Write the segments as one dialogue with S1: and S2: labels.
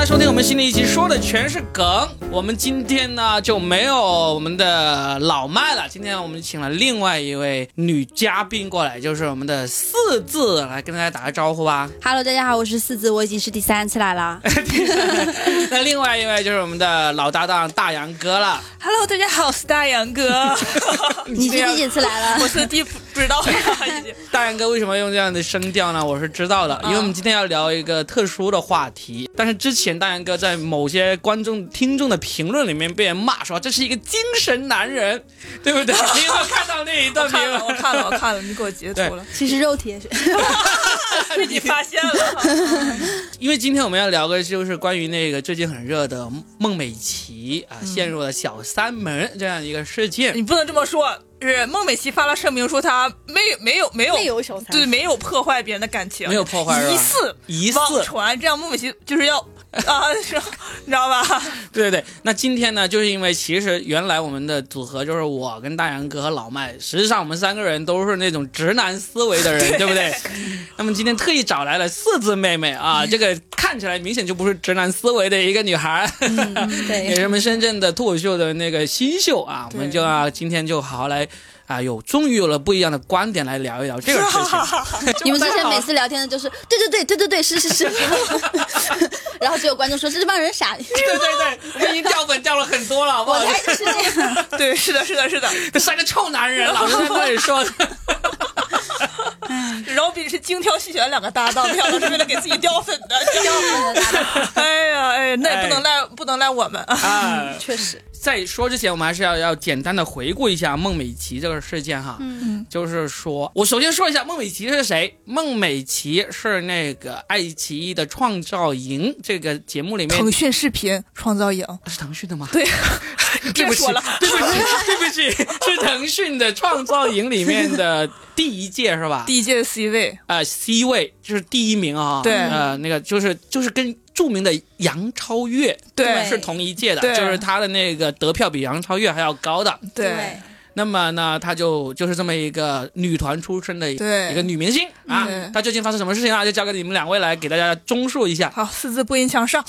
S1: 来收听我们新的一期，说的全是梗。我们今天呢就没有我们的老麦了，今天我们请了另外一位女嘉宾过来，就是我们的四字，来跟大家打个招呼吧。
S2: Hello，大家好，我是四字，我已经是第三次来 了。
S1: 那另外一位就是我们的老搭档大杨哥了。
S3: Hello，大家好，我是大杨 哥。
S2: 你是第几次来了
S3: 我？是第不 知道呀，已经。
S1: 大杨哥为什么用这样的声调呢？我是知道
S3: 嗯
S1: 的，因为我们今天要聊一个特殊的话题。但是之前大杨哥在某些观众、听众的评论里面被人骂说这是一个精神男人，对 不对？你有没有看到那一
S3: 我
S1: 段评
S3: 看
S1: 论
S3: 了，？我看了，我看了，你给我截图了，
S2: 其实肉体也是，
S3: 被你发现了。
S1: 因为今天我们要聊的就是关于那个最近很热的孟美岐啊，
S3: 嗯
S1: 陷入了小三门这样一个事件。
S3: 你不能这么说。是孟美岐发了声明说她没没有没有
S2: 没有小三
S3: 对没有破坏别人的感情，
S1: 没有破坏是吧
S3: 疑似
S1: 疑似
S3: 网传这样孟美岐就 是要啊，是吧你知道吧？
S1: 对对对，那今天呢，就是因为其实原来我们的组合就是我跟大杨哥和老麦，实际上我们三个人都是那种直男思维的人，对不对？那么今天特意找来了四字妹妹啊，这个看起来明显就不是直男思维的一个女孩， 也是
S2: 对，
S1: 我们深圳的脱口秀的那个新秀啊，我
S3: 对
S1: 们就要、今天就好好来。啊，有，终于有了不一样的观点来聊一聊这个事 情。
S2: 你们之前每次聊天的就是对对对对对对是是 是，然后就有观众说这帮人傻，
S1: 对对对，我们已经掉粉掉了很多了，好不
S2: 我
S1: 好？
S2: 猜就是这 样。
S3: 对，是的，是的，是的。
S1: 这三个臭男人，老是在那里说。
S3: Robin 是精挑细选两个搭档，没想到是为了给自己掉粉 的，掉粉的搭档。哎呀，哎，那也不能赖，不能赖我们啊。
S1: 啊，
S2: 确实，
S1: 在说之前，我们还是要要简单的回顾一下孟美岐这个事件哈。嗯，就是说我首先说一下孟美岐是谁。孟美岐是那个爱奇艺的《创造营》这个节目里面
S3: 腾讯视频创造营，
S1: 是腾讯的吗？
S3: 对，
S1: 对
S3: 别
S1: 不起
S3: 说了，
S1: 对不起，对不起，是腾讯的《创造营》里面的第一届是吧？
S3: 第一届的 C 位，
S1: 呃 C 位就是第一名啊。
S3: 对
S1: 呃，那个就是就是跟著名的杨超越
S2: 对
S1: 是同一届的，
S3: 对
S1: 就是他的那个得票比杨超越还要高的。
S3: 对，
S1: 那么呢，她就就是这么一个女团出身的一
S3: 对
S1: 个女明星啊
S3: 嗯。
S1: 她究竟发生什么事情啊？就交给你们两位来给大家综述一下。
S3: 好，四字播音墙上，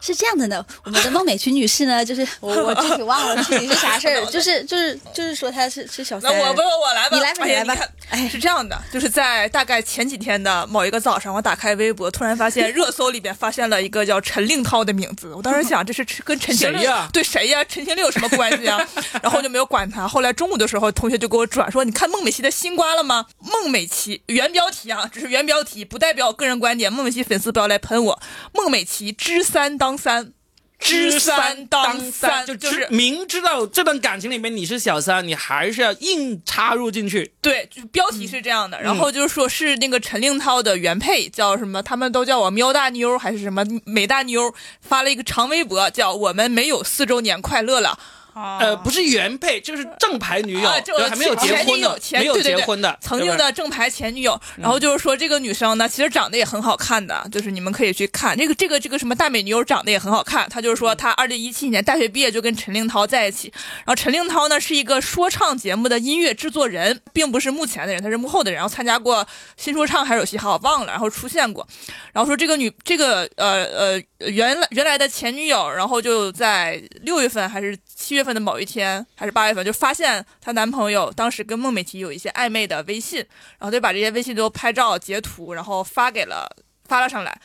S2: 是这样的呢。我们的孟美岐女士呢，就是我我具体忘了具体是啥 事儿，就是就是就是说她是是小
S3: 那
S2: 三，
S3: 我不我来吧，
S2: 你来吧
S3: 哎呀
S2: 你来吧
S3: 看是这样的，就是在大概前几天的某一个早上，我打开微博，突然发 现热搜里边发现了一个叫陈令涛的名字，我当时想这是跟陈情令
S1: 谁呀
S3: 对谁呀、陈情令有什么关系啊？然后我就没有管他。后来中午的时候，同学就给我转说，你看孟美岐的新瓜了吗？孟美岐原标题啊，只是原标题，不代表个人观点。孟美岐粉丝不要来喷我，孟美岐知三当三。知三嗯当三，
S1: 就
S3: 就
S1: 知
S3: 是
S1: 明知道这段感情里面你是小三，你还是要硬插入进去。
S3: 对，就标题是这样的，然后就是说是那个陈令涛的原配叫什么，他们都叫我喵大妞儿还是什么嗯美大妞儿，发了一个长微博叫“我们没有四周年快乐了
S1: 呃，不是原配，就是正牌女友
S3: 哦啊，这我
S1: 还没有结
S3: 前前
S1: 婚
S3: 女
S1: 的
S3: 友，前
S1: 没有
S3: 对对
S1: 结
S3: 对
S1: 婚的，
S3: 曾
S1: 对嗯
S3: 经
S1: 不对
S3: 的正牌前女友。然后就是说这个女生呢，其实长得也很好看的，就是你们可以去看这个这个这个什么大美女友长得也很好看。她就是说
S1: 嗯
S3: 她二零一七年大学毕业就跟陈令涛在一起，然后陈令涛呢是一个说唱节目的音乐制作人，并不是幕前的人，他是幕后的人。然后参加过新说唱还是有嘻哈，我忘了，然后出现过。然后说这个女这个呃呃原来原来的前女友，然后就在六月份还是七月份的某一天，还是八月份，就发现她男朋友当时跟孟美岐有一些暧昧的微信，然后就把这些微信都拍照截图，然后发给了发了上来。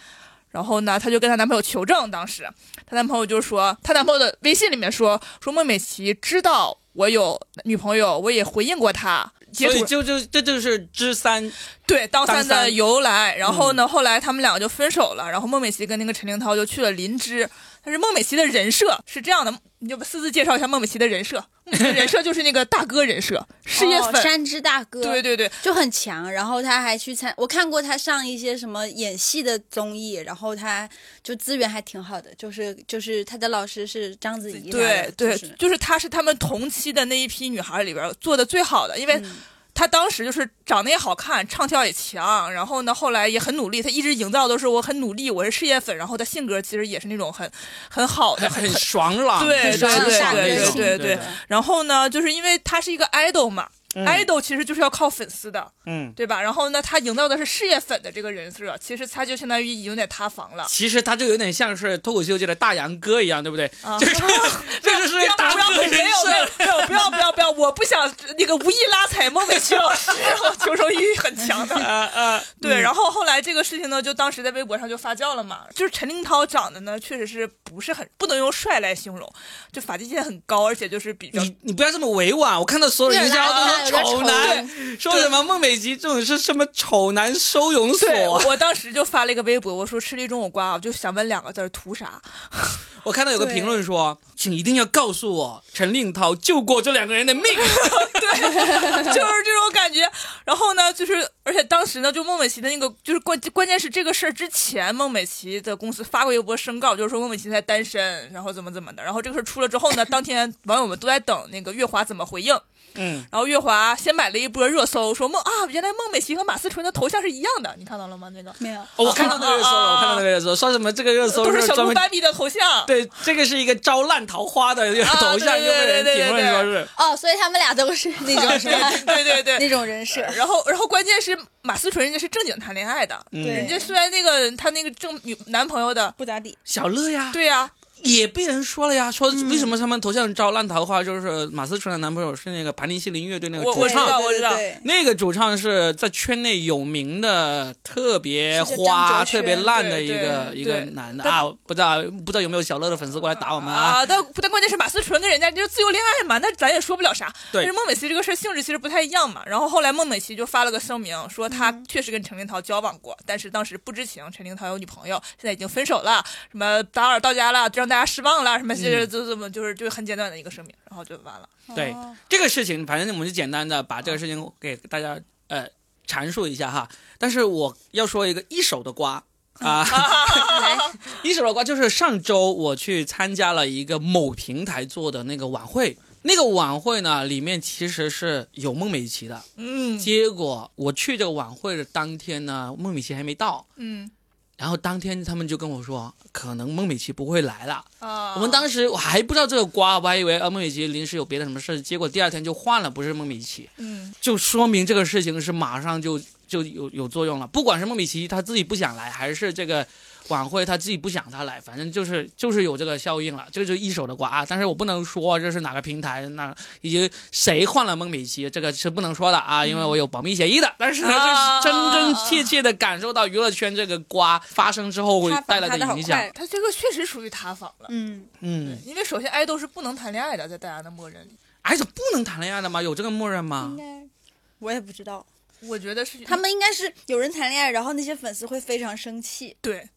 S3: 然后呢，她就跟她男朋友求证，当时她男朋友就说，她男朋友的微信里面说说孟美岐知道我有女朋友，我也回应过她。截
S1: 所以
S3: 图
S1: 就就这就是知三，
S3: 对当三
S1: 当
S3: 的
S1: 三
S3: 由来。然后
S2: 嗯
S3: 呢，后来他们两个就分手了，然后孟美岐跟那个陈令涛就去了林芝。但是孟美岐的人设是这样的，你就私自介绍一下孟美岐的人设。孟美岐的 人设就是那个大哥人设，事业
S2: 哦
S3: 粉。
S2: 山之大哥，
S3: 对对对，
S2: 就很强，然后他还去参，我看过他上一些什么演戏的综艺，然后他就资源还挺好的，就是就是他的老师是章子怡啥的，
S3: 对对
S2: 就，是
S3: 就是她是他们同期的那一批女孩里边儿做的最好的，因为
S2: 嗯
S3: 她当时就是长得也好看，唱跳也强，然后呢，后来也很努力，她一直营造都是我很努力，我是事业粉，然后她性格其实也是那种很很好的，
S1: 很爽朗，很
S3: 对对
S1: 爽
S3: 对
S1: 朗的
S3: 对
S1: 那种
S3: 对对对然后呢，就是因为他是一个 idol 嘛， idol 其实就是要靠粉丝的，
S1: 嗯，
S3: 对吧？然后呢，他营造的是事业粉的这个人设，其实他就相当于有点塌房了。
S1: 其实他就有点像是脱口秀界的大杨哥一样，对不对？
S3: 啊
S1: 就是这就是
S3: 不要
S1: 大
S3: 不要
S1: 哥
S3: 没有
S1: 人
S3: 没有
S1: 设。
S3: 没有不要不要不要，我不想那个无意拉踩孟美岐老师，我求生欲很强的。
S1: 呃呃，
S3: 对，然后后来这个事情呢，就当时在微博上就发酵了嘛。就是陈令涛长得呢，确实是不是很不能用帅来形容，就发际线很高，而且就是比较
S1: 你你不要这么委婉，我看到所有营销都
S2: 有
S1: 说
S2: 点
S1: 啊丑
S2: 丑
S1: 男，说什么孟美岐这种是什么丑男收容所
S3: 对，
S1: 啊。
S3: 我当时就发了一个微博，我说吃了一中午瓜，我就想问两个字儿图啥？
S1: 我看到有个
S3: 对
S1: 评论说，请一定要告诉我，陈令涛救过这两个人 的命。
S3: 就是这种感觉。然后呢，就是而且当时呢，就孟美岐的那个，就是关关键是这个事儿之前，孟美岐的公司发过一波申告，就是说孟美岐才单身，然后怎么怎么的。然后这个事儿出了之后呢，当天网友们都在等那个月华怎么回应。
S1: 嗯，
S3: 然后月华先买了一波热搜，说孟啊，原来孟美岐和马思纯的头像是一样的，你看到了吗？那个
S2: 没有，
S1: 哦我看到那个热搜了，我看到那个热搜，说什么这个热搜
S3: 都哦是小
S1: 专
S3: 鹿
S1: 门
S3: 斑比的头像。
S1: 对，这个是一个招烂桃花的一个
S3: 啊
S1: 头像，
S3: 对
S1: 又被
S3: 对
S1: 人
S3: 对
S1: 评论
S3: 对
S1: 说
S3: 对
S1: 是
S2: 哦，所以他们俩都是那种什么
S3: 对对 对，
S2: 那种人设，
S3: 然后，然后关键是马思纯人家是正经谈恋爱的，
S1: 嗯
S3: 人
S2: 对
S3: 家虽然那个她那个正女男朋友的，
S2: 不咋地。
S1: 小乐呀，
S3: 对呀、
S1: 也被人说了呀，说
S3: 嗯
S1: 为什么他们头像招烂桃花？就是马思纯的男朋友是那个盘尼西林乐队那个
S3: 我
S1: 主
S3: 知道
S1: 唱，
S3: 我知道
S2: 对对
S1: 那个主唱是在圈内有名的，特别
S2: 是叫张
S1: 花、
S2: 哲轩
S1: 特别烂的一个
S3: 对对
S1: 一个
S3: 对
S1: 男的啊，不知道不知道有没有小乐的粉丝过来打我们啊？
S3: 啊，但但关键是马思纯跟人家就是自由恋爱嘛，那咱也说不了啥。
S1: 对
S3: 但是孟美岐这个事儿性质其实不太一样嘛。然后后来孟美岐就发了个声明，说她确实跟陈令涛交往过，但是当时不知情，陈令涛有女朋友，现在已经分手了，什么打扰到家了，就让大家失望了，什么
S1: 嗯
S3: 就是就这么就是就是很简短的一个声明，然后就完了。
S1: 对
S2: 哦
S1: 这个事情，反正我们就简单的把这个事情给大家呃阐述一下哈。但是我要说一个一手的瓜啊。
S3: 嗯
S2: 来，
S1: 一手的瓜就是上周我去参加了一个某平台做的那个晚会，那个晚会呢里面其实是有孟美岐的，
S3: 嗯
S1: 结果我去这个晚会的当天呢，孟美岐还没到，
S3: 嗯
S1: 然后当天他们就跟我说，可能孟美岐不会来了。
S3: 啊，
S1: 我们当时我还不知道这个瓜，我还以为呃孟美岐临时有别的什么事，结果第二天就换了，不是孟美岐。
S3: 嗯
S1: 就说明这个事情是马上就就有有作用了。不管是孟美岐她自己不想来，还是这个晚会她自己不想她来，反正就是就是有这个效应了。这个就一手的瓜啊，但是我不能说这是哪个平台，哪以及谁换了孟美岐，这个是不能说的啊，因为我有保密协议的。但是呢，
S3: 啊
S1: 就是真真切切的感受到娱乐圈这个瓜发生之后会带来的影响。
S3: 他这个确实属于塌房了，
S2: 嗯，
S1: 嗯，
S3: 因为首先爱豆是不能谈恋爱的，在大家的默认里，
S1: 哎，这不能谈恋爱的吗？有这个默认吗
S2: 应？该我也不知道，
S3: 我觉得是
S2: 他们应该是有人谈恋爱，然后那些粉丝会非常生气。
S3: 对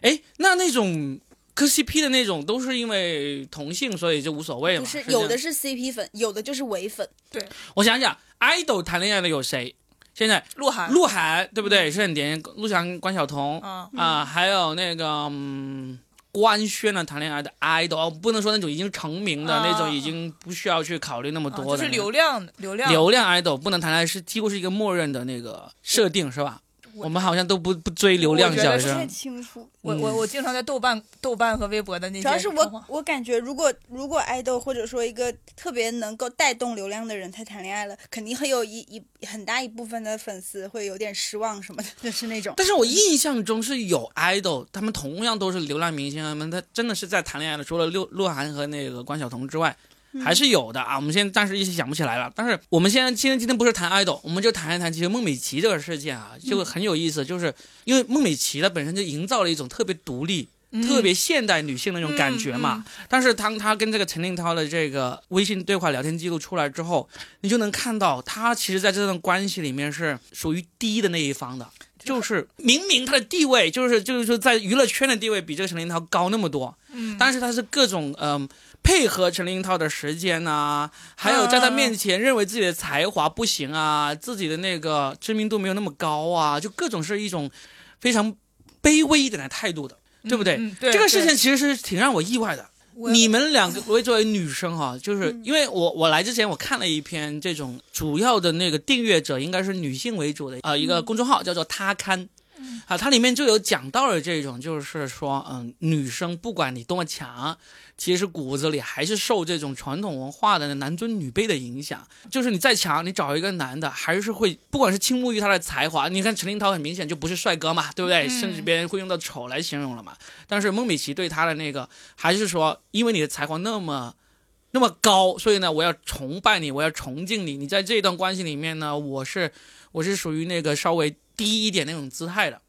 S1: 哎，那那种。磕 CP 的那种都是因为同性，所以就无所谓
S2: 不
S1: 嘛。
S2: 是，
S1: 这
S2: 有
S1: 样
S2: 的是 CP 粉，有的就是伪粉。
S3: 对，
S1: 我想想，idol 谈恋爱的有谁？现在
S3: 鹿晗
S1: 鹿晗对不对？是很典型，鹿晗、关晓彤啊、
S3: 啊，
S1: 还有那个嗯，官宣了谈恋爱的 idol，哦不能说那种已经成名的、
S3: 啊
S1: 那种，已经不需要去考虑那么
S3: 啊
S1: 多
S3: 就
S1: 的
S3: 是
S1: 那种、
S3: 流量流量
S1: 流量 idol 不能谈恋爱是几乎是一个默认的那个设定是吧？
S3: 我
S1: 我们好像都不不追流量
S3: 我觉
S1: 小
S3: 得是
S1: 生，
S2: 清楚，
S3: 我
S1: 嗯
S3: 我我经常在豆瓣豆瓣和微博的那些，
S2: 主要是我，我感觉，如果如果爱豆或者说一个特别能够带动流量的人，他谈恋爱了，肯定会有一一很大一部分的粉丝会有点失望什么的， 就是那种。
S1: 但是我印象中是有 idol，他们同样都是流量明星，啊他们他真的是在谈恋爱的，除了鹿鹿晗和那个关晓彤之外，还是有的啊。我们现在暂时一时想不起来了，但是我们现在今天今天不是谈 idol，我们就谈一谈其实孟美岐这个事件啊，就很有意思，就是因为孟美岐她本身就营造了一种特别独立。
S3: 嗯
S1: 特别现代女性的那种感觉嘛，但是当她跟这个陈令涛的这个微信对话聊天记录出来之后，你就能看到她其实在这段关系里面是属于低的那一方的，就是明明他的地位，就是就是说在娱乐圈的地位比这个陈林涛高那么多，
S3: 嗯，
S1: 但是他是各种嗯、配合陈林涛的时间呐、还有在他面前认为自己的才华不行啊，自己的那个知名度没有那么高啊，就各种是一种非常卑微一点的态度的，对不对？
S3: 嗯对
S1: 这个事
S3: 对
S1: 情其实是挺让我意外的。
S3: 我嗯
S1: 你们两个， 我作为女生哈、就是因为我我来之前我看了一篇
S3: 嗯
S1: 这种主要的那个订阅者应该是女性为主的啊、呃一个公众号叫做他刊，啊，它里面就有讲到了这种，就是说，嗯，女生不管你多么强，其实骨子里还是受这种传统文化的男尊女卑的影响。就是你再强，你找一个男的，还是会不管是倾慕于他的才华。你看陈林涛很明显就不是帅哥嘛，对不对？
S3: 嗯
S1: 甚至别人会用到丑来形容了嘛。但是孟美岐对他的那个，还是说，因为你的才华那么。那么高，所以呢，我要崇拜你，我要崇敬你。你在这段关系里面呢，我是我是属于那个稍微低一点那种姿态的，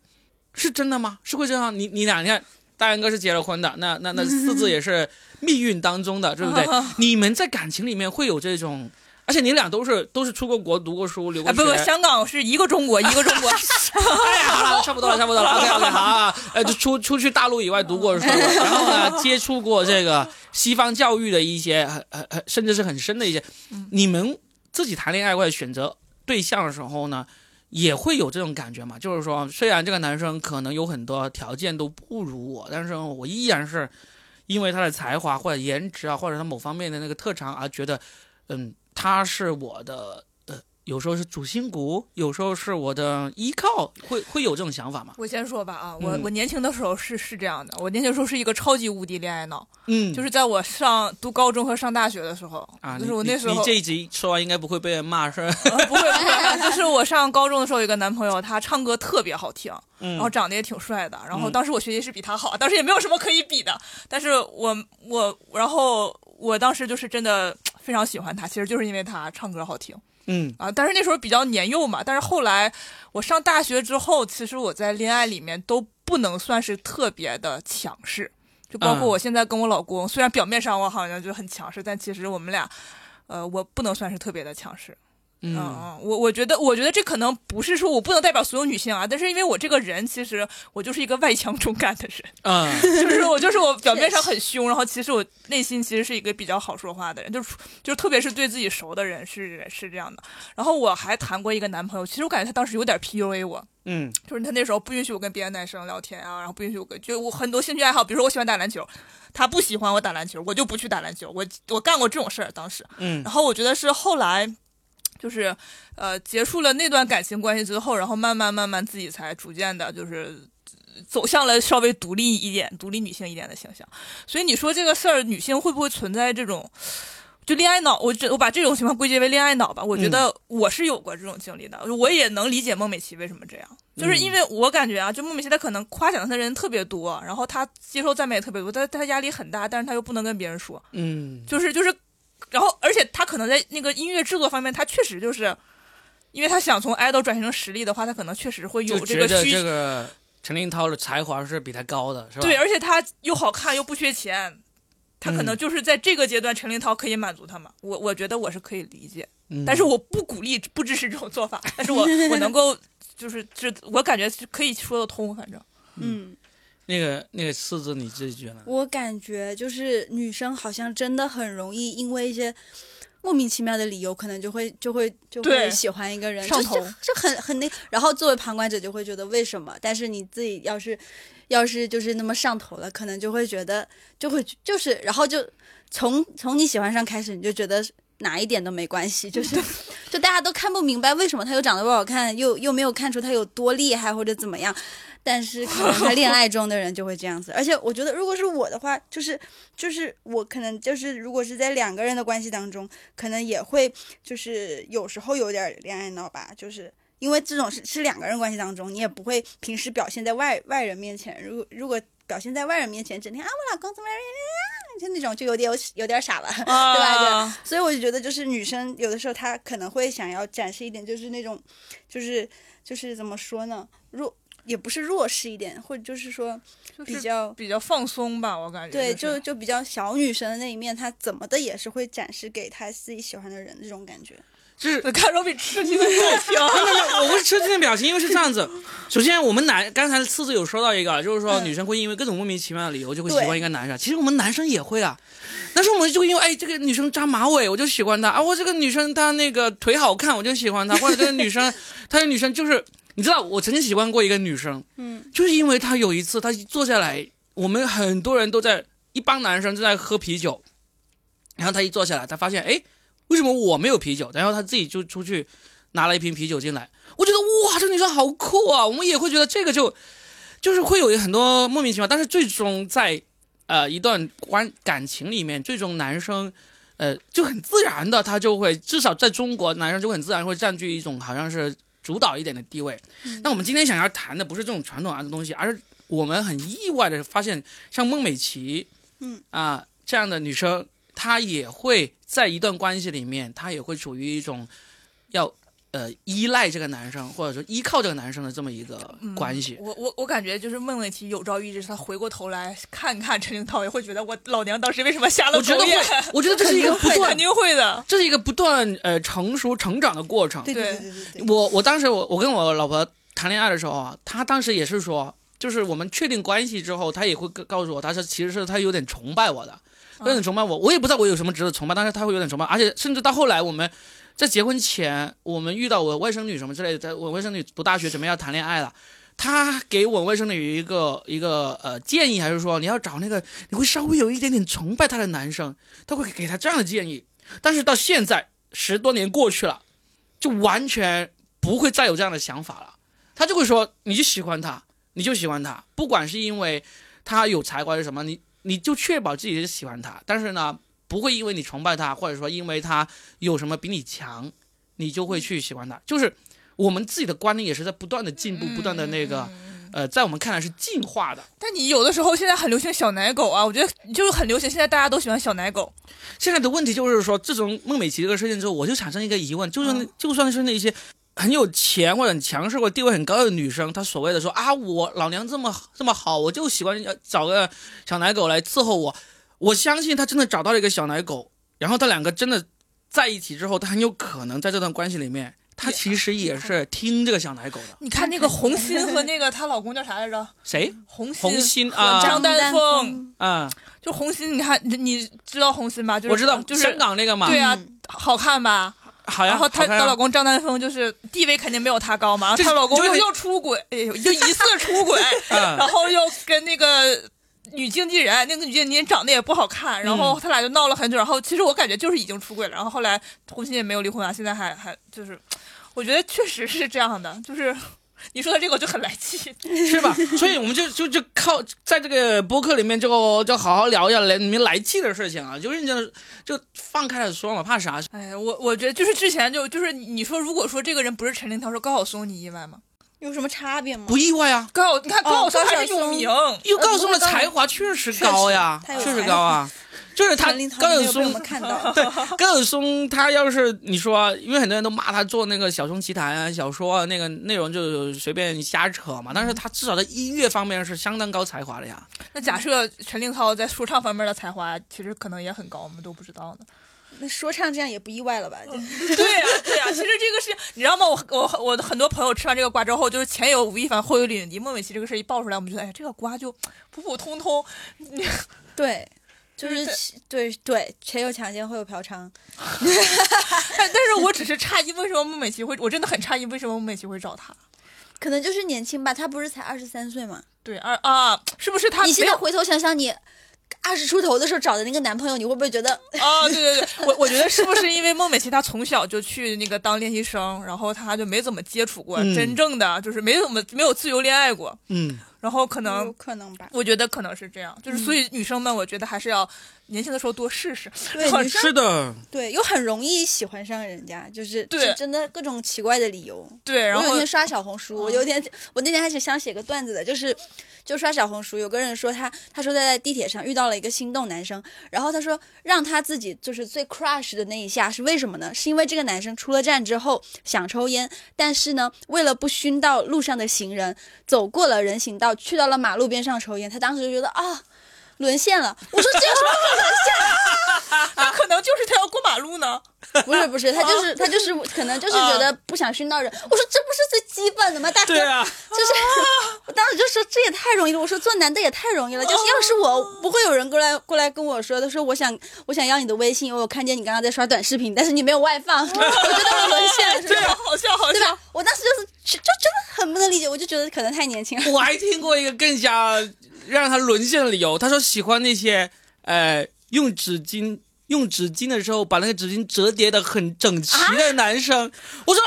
S1: 是真的吗？是会这样？你你俩你看，大杨哥是结了婚的，那那那四字也是命运当中的，对不 对？你们在感情里面会有这种，而且你俩都是都是出过国、读过书、留
S3: 啊，
S1: 过学，
S3: 不不，香港是一个 中国，一个中国。
S1: 哎呀，好了，差不多了，差不多了。OK OK，好啊，呃，就出出去大陆以外读过书，然后呢，接触过这个西方教育的一些很很很，甚至是很深的一些。你们自己谈恋爱或者选择对象的时候呢，也会有这种感觉嘛？就是说，虽然这个男生可能有很多条件都不如我，但是我依然是因为他的才华或者颜值啊，或者他某方面的那个特长而觉得，嗯，他是我的。呃，有时候是主心骨，有时候是我的依靠，会会有这种想法吗？
S3: 我先说吧啊，我
S1: 嗯
S3: 我年轻的时候是是这样的，我年轻的时候是一个超级无敌恋爱脑，
S1: 嗯，
S3: 就是在我上读高中和上大学的时候，
S1: 啊，
S3: 就
S1: 你
S3: 是我那
S1: 你
S3: 时候
S1: 你这一集说完应该不会被人骂是吧？
S3: 呃 不会不会，就是我上高中的时候有一个男朋友，他唱歌特别好听，
S1: 嗯
S3: 然后长得也挺帅的，然后
S1: 嗯
S3: 当时我学习是比他好，当时也没有什么可以比的，但是我我然后我当时就是真的非常喜欢他，其实就是因为他唱歌好听
S1: 嗯
S3: 啊，但是那时候比较年幼嘛，但是后来我上大学之后，其实我在恋爱里面都不能算是特别的强势，就包括
S1: 嗯
S3: 我现在跟我老公，虽然表面上我好像就很强势，但其实我们俩，呃，我不能算是特别的强势。嗯，
S1: 嗯
S3: 嗯，我我觉得，我觉得这可能不是说我不能代表所有女性啊，但是因为我这个人，其实我就是一个外强中干的人，
S1: 嗯
S3: 就是我就是我表面上很凶，然后其实我内心其实是一个比较好说话的人，就是就是特别是对自己熟的人是是这样的。然后我还谈过一个男朋友，其实我感觉他当时有点 PUA 我，
S1: 嗯
S3: 就是他那时候不允许我跟别的男生聊天啊，然后不允许我跟，就我很多兴趣爱好，比如说我喜欢打篮球，他不喜欢我打篮球，我就不去打篮球，我我干过这种事儿，当时。
S1: 嗯
S3: 然后我觉得是后来，就是呃结束了那段感情关系之后，然后慢慢慢慢自己才逐渐的，就是呃走向了稍微独立一点、独立女性一点的形象。所以你说这个事儿，女性会不会存在这种？就恋爱脑，我这我把这种情况归结为恋爱脑吧。我觉得我是有过这种经历的，我也能理解孟美岐为什么这样，就是因为我感觉啊，就孟美岐她可能夸奖她的人特别多，然后她接受赞美也特别多，但她压力很大，但是她又不能跟别人说，
S1: 嗯
S3: 就是就是，然后而且他可能在那个音乐制作方面，他确实就是，因为他想从 idol 转型成实力的话，他可能确实会有
S1: 就
S3: 这
S1: 觉
S3: 个
S1: 得
S3: 需
S1: 这个陈林涛的才华是比他高的，是吧？
S3: 对，而且他又好看又不缺钱，他可能就是在这个阶段，陈林涛可以满足他嘛。我我觉得我是可以理解，
S1: 嗯，
S3: 但是我不鼓励不支持这种做法，但是我我能够就是这我感觉是可以说得通，反正
S2: 嗯。
S1: 那个那个四字你自己觉得呢？
S2: 我感觉就是女生好像真的很容易因为一些莫名其妙的理由，可能就会就会就
S3: 对
S2: 会喜欢一个人，
S3: 上
S2: 这
S3: 头
S2: 这这很很那。然后作为旁观者就会觉得为什么？但是你自己要是要是就是那么上头了，可能就会觉得就会就是，然后就从从你喜欢上开始，你就觉得。哪一点都没关系，就是就大家都看不明白为什么他又长得不好看，又又没有看出他有多厉害或者怎么样，但是可能他恋爱中的人就会这样子。而且我觉得，如果是我的话，就是就是我可能就是，如果是在两个人的关系当中，可能也会就是有时候有点恋爱脑吧，就是。因为这种是是两个人关系当中，你也不会平时表现在外外人面前。如果如果表现在外人面前，整天啊我老公怎么样怎么样就那种，就有点有点傻了。
S3: 啊
S2: 吧所以我就觉得，就是女生有的时候她可能会想要展示一点，就是那种，就是就是怎么说呢，弱也不是弱势一点，或者就是说
S3: 就
S2: 比
S3: 是
S2: 较
S3: 比较放松吧，我感觉
S2: 对，
S3: 是
S2: 就就比较小女生的那一面，她怎么的也是会展示给她自己喜欢的人这种感觉。
S1: 就是
S3: 看 Robbie 吃惊的表情，
S1: 我不是吃惊的表情，因为是这样子。首先，我们男刚才四子有说到一个，就是说
S2: 嗯
S1: 女生会因为各种莫名其妙的理由就会喜
S2: 对
S1: 欢一个男生。其实我们男生也会啊，但是我们就会因为哎，这个女生扎马尾我就喜欢她啊，我这个女生她那个腿好看我就喜欢她，或者这个女 生，她的女生就是你知道，我曾经喜欢过一个女生，
S2: 嗯，
S1: 就是因为她有一次她坐下来，我们很多人都在一帮男生正在喝啤酒，然后她一坐下来，她发现哎，为什么我没有啤酒？然后她自己就出去。拿了一瓶啤酒进来，我觉得哇，这个女生好酷啊！我们也会觉得这个就就是会有很多莫名其妙，但是最终在呃一段关感情里面，最终男生。呃，就很自然的，他就会至少在中国，男生就会很自然会占据一种好像是主导一点的地位。那我们今天想要谈的不是这种传统啊的东西，而是我们很意外的发现，像孟美岐，
S2: 嗯
S1: 啊、这样的女生，她也会在一段关系里面，她也会处于一种要呃依赖这个男生，或者说依靠这个男生的这么一个
S3: 嗯
S1: 关系。
S3: 我我我感觉就是孟美岐有朝一日，她回过头来看看陈凌涛，也会觉得我老娘当时为什么瞎了
S1: 我觉得
S3: 狗
S1: 会
S3: 眼，，
S1: 我觉得这是一个不
S3: 肯
S1: 断，
S3: 定会的。
S1: 这是一个不断呃成熟成长的过程。
S2: 对
S3: 对
S2: 对对对，
S1: 我我当时我我跟我老婆谈恋爱的时候啊，她当时也是说，就是我们确定关系之后，她也会告告诉我，她说其实是她有点崇拜我的，
S3: 嗯
S1: 有点崇拜我，我也不知道我有什么值得崇拜，但是她会有点崇拜，而且甚至到后来我们。在结婚前，我们遇到我外甥女什么之类的，在我外甥女读大学准备要谈恋爱了，她给我外甥女一个一个呃建议，还是说你要找那个你会稍微有一点点崇拜她的男生，她会给她这样的建议。但是到现在十多年过去了，就完全不会再有这样的想法了。他就会说，你就喜欢他，你就喜欢他，不管是因为他有才华还是什么，你你就确保自己是喜欢他。但是呢，不会因为你崇拜他，或者说因为他有什么比你强，你就会去喜欢他。就是我们自己的观念也是在不断的进步，不断的那个，呃，在我们看来是进化的。
S3: 但你有的时候现在很流行小奶狗啊，我觉得就是很流行，现在大家都喜欢小奶狗。
S1: 现在的问题就是说，自从孟美岐这个事件之后，我就产生一个疑问，就是那、就算是那些很有钱或者很强势或者地位很高的女生，她所谓的说啊，我老娘这么这么好，我就喜欢呃找个小奶狗来伺候我。我相信她真的找到了一个小奶狗，然后她两个真的在一起之后，她很有可能在这段关系里面，她其实也是听这个小奶狗的。
S3: 你看那个红心 和那个她老公叫啥来着？
S1: 谁？
S3: 红心。
S1: 红心
S3: 和
S1: 啊
S3: 张丹
S2: 峰
S3: 峰，
S1: 啊、
S3: 就红心，你看你你知道红心吧？就是
S1: 我知道，
S3: 就是
S1: 香港那个嘛，
S3: 对啊
S2: 嗯，
S3: 好看吧？
S1: 好呀，
S3: 然后她
S1: 好看啊
S3: 她老公张丹峰就是地位肯定没有她高嘛，
S1: 这
S3: 她老公
S1: 就
S3: 又
S1: 是
S3: 又出轨，哎呦就疑似出轨，
S1: 啊
S3: 然后又跟那个女经纪人，那个女经纪人长得也不好看，然后他俩就闹了很久，然后其实我感觉就是已经出轨了，然后后来红心也没有离婚啊，现在还还就是，我觉得确实是这样的，就是。你说的这个我就很来气，
S1: 是吧？所以我们就就就靠在这个播客里面就就好好聊一下来你们来气的事情啊，就认真的就放开了说嘛，怕啥？
S3: 哎呀，我我觉得就是之前就就是你你说如果说这个人不是陈凌涛，说高晓松，你意外吗？
S2: 有什么差别吗？
S1: 不意外啊，
S3: 高晓，你看
S2: 哦
S3: 高晓松
S2: 高晓
S3: 还是有
S2: 松
S3: 名，
S1: 因为高晓松的才
S2: 呃
S1: 华确实高呀，
S2: 确实
S1: 确
S2: 他有
S1: 实高啊，就是他
S2: 陈林涛
S1: 高
S2: 没
S1: 晓
S2: 有被我
S1: 松
S2: 们看到，
S1: 对， 高晓松他要是你说，因为很多人都骂他做那个小松奇谈啊、小说啊，那个内容就随便瞎扯嘛，但是他至少在音乐方面是相当高才华的呀。
S3: 那假设陈凌涛在说唱方面的才华，其实可能也很高，我们都不知道呢。
S2: 那说唱这样也不意外了吧？就
S3: 对呀、对啊呀、其实这个是你知道吗？我我我的很多朋友吃完这个瓜之后，就是前有吴亦凡，后有李云迪，孟美岐这个事儿一爆出来，我们觉得哎呀，这个瓜就普普通通。
S2: 对，就
S3: 就是
S2: 其对对，前有强奸，后有嫖娼，
S3: 但但是我只是诧异，为什么孟美岐会？我真的很诧异，为什么孟美岐会找他？
S2: 可能就是年轻吧。他不是才二十三岁吗？
S3: 对，二啊，是不是他
S2: 你现
S3: 没
S2: 在
S3: 有
S2: 回头想想，你二十出头的时候找的那个男朋友，你会不会觉得哎
S3: 啊？对对对， 我我觉得是不是因为孟美岐她从小就去那个当练习生，然后她就没怎么接触过、
S1: 嗯
S3: 真正的，就是没怎么没有自由恋爱过，
S1: 嗯，
S3: 然后可能
S2: 可能 吧？
S3: 我觉得可能是这样，就是
S2: 嗯
S3: 所以女生们，我觉得还是要年轻的时候多试试。
S2: 对，
S3: 好
S2: 女生
S1: 呃是的，
S2: 对又很容易喜欢上人家，就是
S3: 对
S2: 是真的各种奇怪的理由。
S3: 对，然
S2: 我有一
S3: 后嗯
S2: 天刷小红书，我有点，我那天还是想写个段子的，就是就刷小红书，有个人说他，他说他在地铁上遇到了一个心动男生，然后他说让他自己就是最 crush 的那一下是为什么呢？是因为这个男生出了站之后想抽烟，但是呢，为了不熏到路上的行人，走过了人行道，去到了马路边上抽烟，他当时就觉得啊。沦陷了，我说这有什么可沦陷
S3: 那可能就是她要过马路 呢。
S2: 不是不是，他就是他就是可能就是觉得不想熏到人。我说这不是最基本的吗？大哥，
S1: 对啊，
S2: 就是我当时就说这也太容易了，我说做男的也太容易了，就是要是我不会有人过来过来跟我说，他说我想我想要你的微信，因为我看见你刚刚在刷短视频，但是你没有外放，我觉得我沦陷了，是
S3: 对
S2: 吧？，
S3: 好笑好
S2: 对
S3: 笑
S2: 吧。？我当时就是就就真的很不能理解，我就觉得可能太年轻 了。
S1: 我还听过一个更加让他沦陷的理由，他说喜欢那些呃用纸巾
S2: 啊
S1: 用纸巾的时候把那个纸巾折叠的很整齐的男生。我说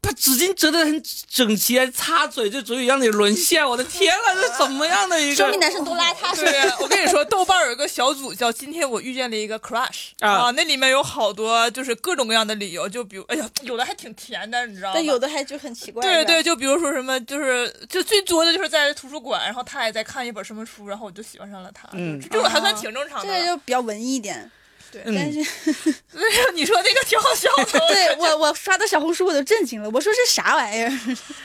S1: 把纸巾折得很整齐，还擦嘴，就足以让你沦陷。我的天啊，这什么样的一
S2: 说
S1: 个
S2: 明男生多邋遢是吧？
S3: 对，我跟你说，豆瓣儿有一个小组叫“今天我遇见了一个 crush”，
S1: 啊
S3: 啊，那里面有好多就是各种各样的理由，就比如，哎呀，有的还挺甜的，你知道吗？
S2: 但有的还就很奇怪。
S3: 对对，，就比如说什么，就是就最多的就是在图书馆，然后他也在看一本什么书，然后我就喜欢上了他，
S1: 嗯
S3: 这种还算挺正常
S2: 啊这
S3: 的。
S2: 个就比较文艺一点。但
S1: 嗯，
S2: 是，
S3: 对，你说那个挺好笑的，
S2: 对我我刷到小红书我就震惊了，我说这啥玩意儿？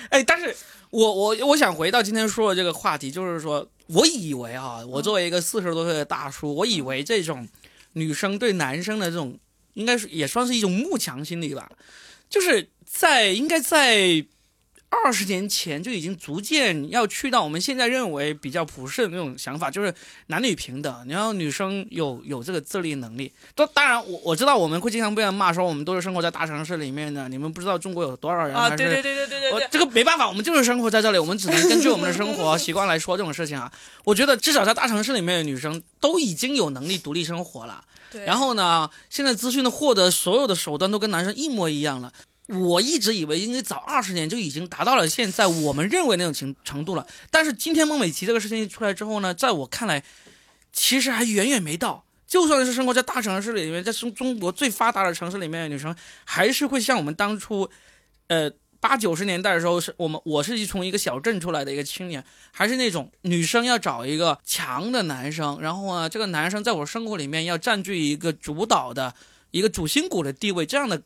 S1: 哎，但是我我我想回到今天说的这个话题，就是说，我以为啊，我作为一个四十多岁的大叔，我以为这种女生对男生的这种，应该是也算是一种慕强心理吧，就是在应该在。二十年前就已经逐渐要去到我们现在认为比较普世的那种想法，就是男女平等，然后女生有有这个自立能力。都当然，我我知道我们会经常被人骂说我们都是生活在大城市里面的，你们不知道中国有多少人
S3: 啊，
S1: 还
S3: 对
S1: 是
S3: 对对对对
S1: 我
S3: 对对。
S1: 这个没办法，我们就是生活在这里，我们只能根据我们的生 活习惯来说这种事情啊。我觉得至少在大城市里面的女生都已经有能力独立生活了。
S3: 对
S1: 然后呢，现在资讯的获得所有的手段都跟男生一模一样了。我一直以为应该早二十年就已经达到了现在我们认为那种程程度了，但是今天孟美岐这个事情一出来之后呢，在我看来，其实还远远没到。就算是生活在大城市里面，在中中国最发达的城市里面的女生，还是会像我们当初，呃，八九十年代的时候，是我们我是从一个小镇出来的一个青年，还是那种女生要找一个强的男生，然后呢，啊这个男生在我生活里面要占据一个主导的一个主心骨的地位，这样的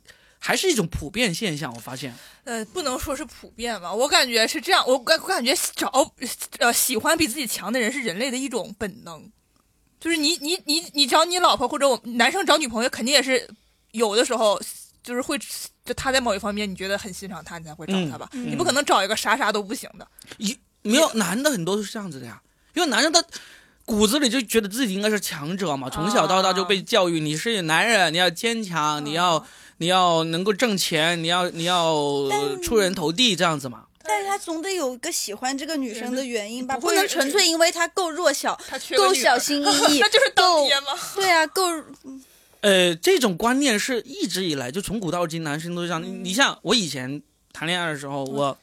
S1: 还是一种普遍现象。我发现，
S3: 呃，不能说是普遍吧，我感觉是这样，我感我感觉找呃喜欢比自己强的人是人类的一种本能，就是你你你你找你老婆或者我男生找女朋友，肯定也是有的时候就是会就他在某一方面你觉得很欣赏他，你才会找他吧，
S1: 嗯
S3: 你不可能找一个啥啥都不行的，
S1: 一没有男的很多都是这样子的呀，因为男人他骨子里就觉得自己应该是强者嘛，从小到大就被教育你是男人，你要坚强，啊你
S3: 嗯啊
S1: 要你要能够挣钱，你要你要呃
S2: 但
S1: 出人头地这样子嘛。
S2: 但是他总得有一个喜欢这个女生的原因吧，
S3: 不
S2: 不
S3: 会
S2: 能纯粹因为她够弱小，
S3: 他缺个
S2: 够
S3: 女儿
S2: 小心翼翼，
S3: 那就是当
S2: 够
S3: 爹吗？
S2: 对啊，够
S1: 呃，这种观念是一直以来就从古到今男生都是这样。
S3: 嗯
S1: 你你像我以前谈恋爱的时候，我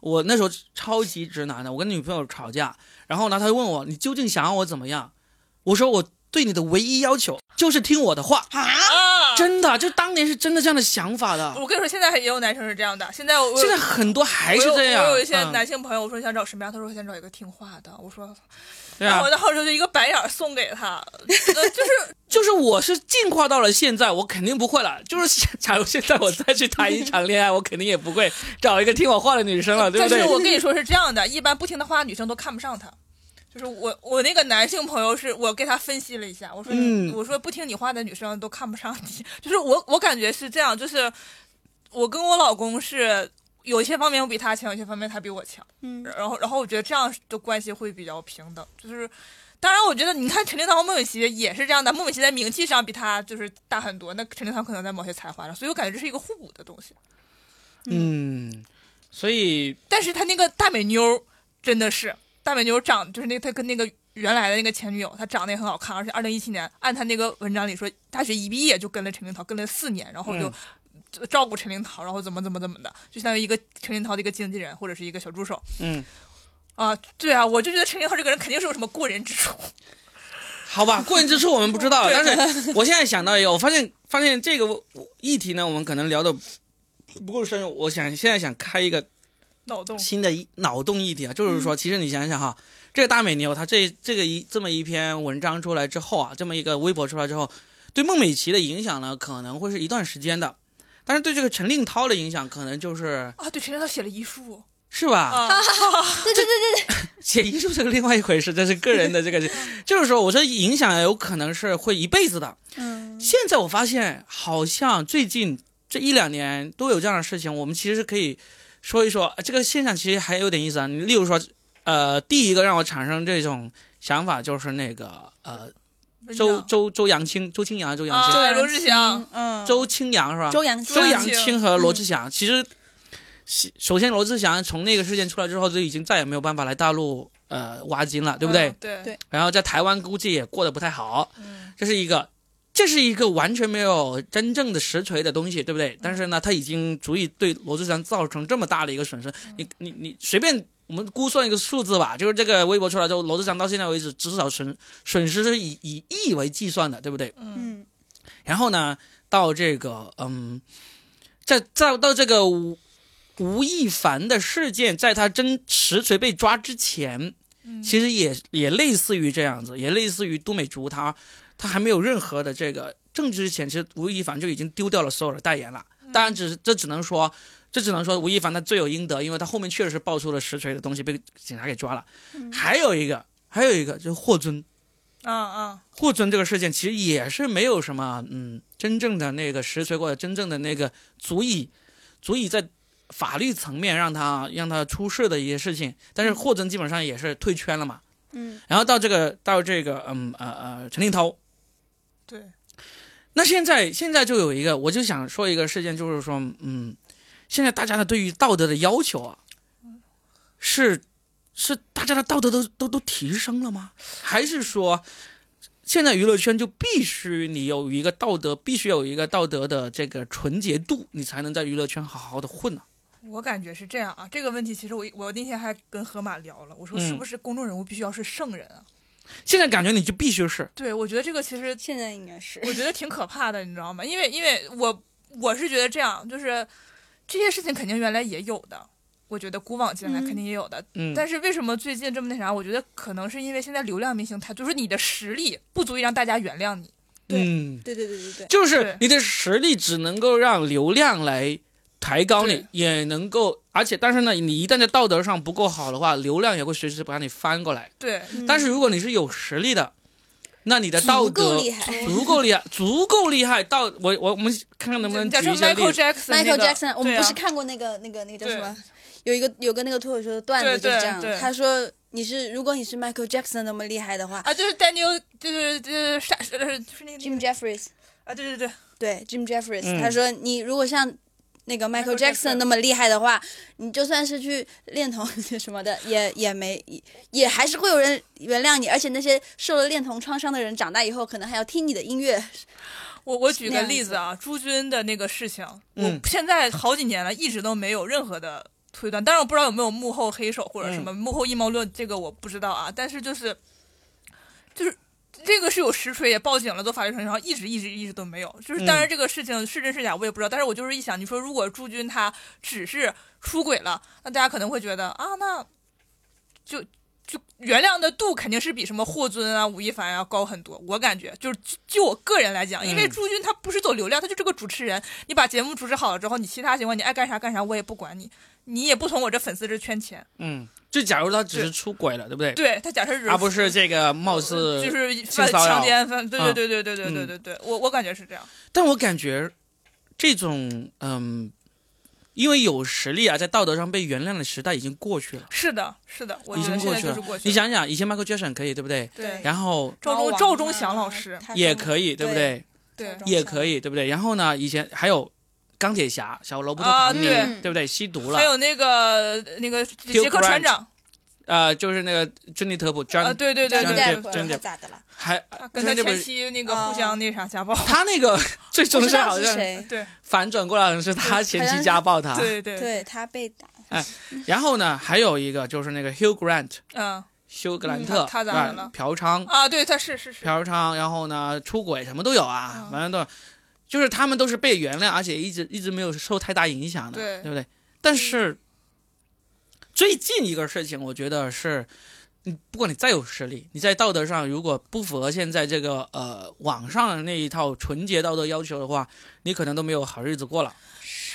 S1: 我那时候超级直男的，我跟女朋友吵架，然后呢，她就问我你究竟想要我怎么样？我说我对你的唯一要求就是听我的话，
S2: 啊，
S3: 啊，
S1: 真的，就当年是真的这样的想法的。
S3: 我跟你说，现在也有男生是这样的，现在我
S1: 现在很多还是这样，
S3: 我有我有一些
S1: 嗯
S3: 男性朋友，我说你想找什么样，他说我想找一个听话的。我说，
S1: 对
S3: 然
S1: 啊
S3: 后我，到时候就一个白眼儿送给他，呃就是
S1: 就是我是进化到了现在，我肯定不会了。就是现假如现在我再去谈一场恋爱，我肯定也不会找一个听我话的女生 了，对不
S3: 但
S1: 对？
S3: 是我跟你说是这样的，一般不听他话的女生都看不上他。就是我，我那个男性朋友是我给他分析了一下，我说，
S1: 嗯
S3: 我说不听你话的女生都看不上你。 就是我，我感觉是这样，就是我跟我老公是有一些方面我比他强，有些方面他比我强。
S2: 嗯
S3: 然后，然后我觉得这样的关系会比较平等。就是，当然，我觉得你看陈立堂和孟美岐也是这样的，孟美岐在名气上比他就是大很多，那陈立堂可能在某些才华上，所以我感觉这是一个互补的东西。
S1: 嗯，所以
S3: 但是他那个大美妞儿真的是大美妞儿长，就是那他跟那个原来的那个前女友，她长得也很好看，而且二零一七年按他那个文章里说，大学一毕业就跟了陈凌涛，跟了四年，然后
S1: 嗯
S3: 就。照顾陈凌涛，然后怎么怎么怎么的，就相当于一个陈凌涛的一个经纪人或者是一个小助手
S1: 嗯，
S3: 啊，对啊，我就觉得陈凌涛这个人肯定是有什么过人之处，
S1: 好吧，过人之处我们不知 道，但是我现在想到一个，我发现发现这个议题呢，我们可能聊的不够深入。我想现在想开一个
S3: 脑洞。
S1: 新的一脑洞一点，就是说，其实你想想哈，这个大美妞她这这个一这么一篇文章出来之后啊，这么一个微博出来之后，对孟美岐的影响呢，可能会是一段时间的，但是对这个陈令涛的影响，可能就是
S3: 啊，对，陈凌涛写了遗书
S1: 是吧？
S3: 啊，
S2: 对对对对对，
S1: 写遗书这个另外一回事，这是个人的这个，就是说，我说影响有可能是会一辈子的。
S2: 嗯，
S1: 现在我发现，好像最近这一两年都有这样的事情，我们其实可以说一说呃这个现象，其实还有点意思啊。你例如说，呃，第一个让我产生这种想法就是那个呃，
S3: 文
S1: 周
S3: 章
S1: 周周扬青、周青阳、周扬青、
S3: 啊刘志祥，
S2: 嗯，
S1: 周青阳是吧？
S2: 哦周扬青
S1: 周
S3: 扬
S1: 扬青和罗志祥，其实其首先罗志祥从那个事件出来之后，就已经再也没有办法来大陆呃挖金了，对不对？
S3: 嗯对
S2: 对
S1: 然后在台湾估计也过得不太好，
S3: 嗯
S1: 这是一个。这是一个完全没有真正的实锤的东西，对不对？但是呢，它已经足以对罗志祥造成这么大的一个损失。你你你随便我们估算一个数字吧，就是这个微博出来之后，罗志祥到现在为止至少损损失是以以亿为计算的，对不对？
S2: 嗯，
S1: 然后呢，到这个嗯，在在到这个吴吴亦凡的事件，在他真实锤被抓之前，
S3: 嗯
S1: 其实也也类似于这样子，也类似于都美竹他他还没有任何的这个证据之前，其实吴亦凡就已经丢掉了所有的代言了。
S3: 嗯
S1: 当然只，是这只能说。这只能说吴亦凡他罪有应得，因为他后面确实是爆出了实锤的东西，被警察给抓了。 还有一个，还有一个就是霍尊，
S3: 嗯嗯，
S1: 霍尊这个事件其实也是没有什么，嗯，真正的那个实锤或者真正的那个足以足以在法律层面让他让他出事的一些事情。但是霍尊基本上也是退圈了嘛。
S2: 嗯，
S1: 然后到这个到这个，嗯呃呃，陈立涛。
S3: 对，
S1: 那现在现在就有一个，我就想说一个事件，就是说，嗯，现在大家的对于道德的要求啊，是是大家的道德都都都提升了吗？还是说？现在娱乐圈就必须你有一个道德，必须有一个道德的这个纯洁度，你才能在娱乐圈好好的混呢、
S3: 我感觉是这样啊。这个问题其实我我那天还跟河马聊了，我说
S1: 嗯
S3: 是不是公众人物必须要是圣人啊？
S1: 现在感觉你就必须是，
S3: 对，我觉得这个其实
S2: 现在应该是
S3: 我觉得挺可怕的，你知道吗？因为因为我我是觉得这样，就是这些事情肯定原来也有的，我觉得古往今来肯定也有的。
S1: 嗯，
S3: 但是为什么最近这么那啥？我觉得可能是因为现在流量明星太，就是你的实力不足以让大家原谅你。
S2: 对
S1: 嗯，
S2: 对对对对对，
S1: 就是
S3: 对
S1: 你的实力只能够让流量来抬高你
S3: 对，
S1: 也能够，而且但是呢，你一旦在道德上不够好的话，流量也会随时把你翻过来。
S3: 对，
S2: 嗯
S1: 但是如果你是有实力的，那你的道
S2: 足
S1: 德
S2: 够厉害。
S1: 足够厉害，足够厉害到我我我们看看能不能
S3: 假
S1: 举
S3: 设
S1: 一些例
S3: Michael
S1: 子。
S3: Jackson，
S2: Michael
S3: 那个
S2: Jackson，我们
S3: 对
S2: 不
S3: 啊
S2: 是看过那个那个那个叫
S3: 对
S2: 什么？有一个有个那个脱口秀的段子
S3: 对
S2: 就是这样
S3: 对
S2: 的，
S3: 对
S2: 他说你是如果你是 Michael Jackson 那么厉害的话
S3: 啊，就是 Daniel，就是就是啥，呃就是那个
S2: ，Jim Jeffries，
S3: 啊，对对对，
S2: 对 Jim Jeffries，、
S1: 嗯
S2: 他说你如果像那个 Michael
S3: Michael
S2: Jackson
S3: Jackson
S2: 那么厉害的话，你就算是去恋童 什么的，也也没也也还是会有人原谅你，而且那些受了恋童创伤的人，长大以后可能还要听你的音乐。
S3: 我我举
S2: 那
S3: 个
S2: 样
S3: 例
S2: 子
S3: 子啊，朱军的那个事情，
S1: 嗯
S3: 我现在好几年了，一直都没有任何的推断。当然，我不知道有没有幕后黑手或者什么、
S1: 嗯
S3: 幕后阴谋论，这个我不知道啊。但是就是就是这个是有实锤，也报警了，做法律程序，然后一直一直一直都没有。就是当
S1: 嗯
S3: 然这个事情是真是假我也不知道，但是我就是一想，你说如果朱军他只是出轨了，那大家可能会觉得啊，那就。就原谅的度肯定是比什么霍尊啊、吴亦凡啊高很多，我感觉就是就就我个人来讲，因为
S1: 嗯
S3: 朱军他不是走流量，他就是个主持人，你把节目主持好了之后，你其他情况你爱干啥干啥，我也不管你，你也不从我这粉丝这圈钱。
S1: 嗯，就假如他只是出轨了，对不对？
S3: 对他假设是
S1: 而不是这个貌似
S3: 就是
S1: 性
S3: 犯
S1: 骚扰
S3: 强奸犯，对
S1: 嗯
S3: 对对对对对对对对，我我感觉是这样。
S1: 但我感觉这种嗯，因为有实力啊，在道德上被原谅的时代已经过去了。
S3: 是的，是的，我
S1: 已经
S3: 觉得现
S1: 过
S3: 在
S1: 去
S3: 就
S1: 了
S3: 是过去
S1: 你
S3: 了。
S1: 想想，以前 Michael Jackson 可以，对不对？
S3: 对，
S1: 然后
S3: 赵
S2: 猫
S3: 忠
S2: 王
S3: 赵
S2: 啊
S3: 忠祥老师
S2: 他
S1: 也
S2: 说
S1: 可以，对不对？
S3: 对
S2: 赵忠
S1: 也
S2: 祥
S1: 可以，对不对？然后呢，以前还有钢铁侠、小罗伯特·
S3: 啊
S1: 唐尼，
S3: 对
S1: 对不对？吸毒了
S3: 还，有那个那个杰克船长
S1: 呃，就是那个珍妮特普
S3: 啊，
S1: ，John，
S3: 对对对
S1: 真的
S2: 张
S3: 对，
S1: 真的真的
S2: 他咋的 了？
S1: 还
S3: 啊跟他
S1: Johnny Depp
S3: 前妻那个
S2: 嗯
S3: 互相那啥家暴。
S1: 他那个 最
S2: 不
S1: 终
S2: 知
S1: 是
S2: 道
S1: 好
S2: 是
S1: 像
S2: 谁，
S3: 对
S1: 反转过来的是他前妻家暴他，
S3: 对对，
S2: 对他被打，
S1: 然后呢，还有一个就是那个 Hugh Grant，
S3: 嗯
S1: 休格兰
S2: 嗯
S1: 特，
S3: 他他咋
S1: 啊
S3: 的了
S1: 嫖娼，
S3: 啊，对他是是是，
S1: 嫖娼，然后呢出轨什么都有啊，
S3: 嗯
S1: 反正都有就是他们都是被原谅，而且一直一直没有受太大影响的，
S3: 对
S1: 不
S3: 嗯
S1: 对？但是最近一个事情，我觉得是，你不管你再有实力，你在道德上如果不符合现在这个呃网上的那一套纯洁道德要求的话，你可能都没有好日子过了。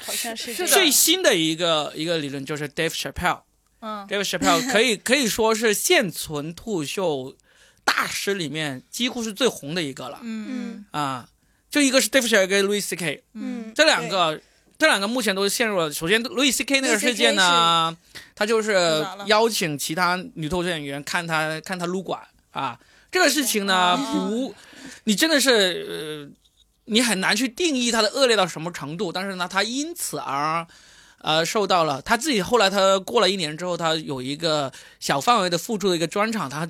S2: 好像是
S3: 是
S2: 这
S3: 的
S2: 样
S1: 最新的一个一个理论就是 Dave Chappelle。
S3: 嗯
S1: Dave Chappelle 可以可以说是现存脱口秀大师里面几乎是最红的一个了
S3: 嗯
S1: 啊、就一个是 Dave Chappelle 跟 Louis C.K.
S3: 嗯
S1: 这两个，这两个目前都陷入了。首先，Louis C.K. 那个
S2: Louis CK
S1: 事件呢，他就是
S3: 咋了
S1: 邀请其他女脱口秀演员看他看他撸管啊，这个事情呢，
S2: 哦
S1: 不，你真的是呃，你很难去定义他的恶劣到什么程度，但是呢，他因此而。呃，受到了他自己。后来他过了一年之后，他有一个小范围的复出的一个专场，他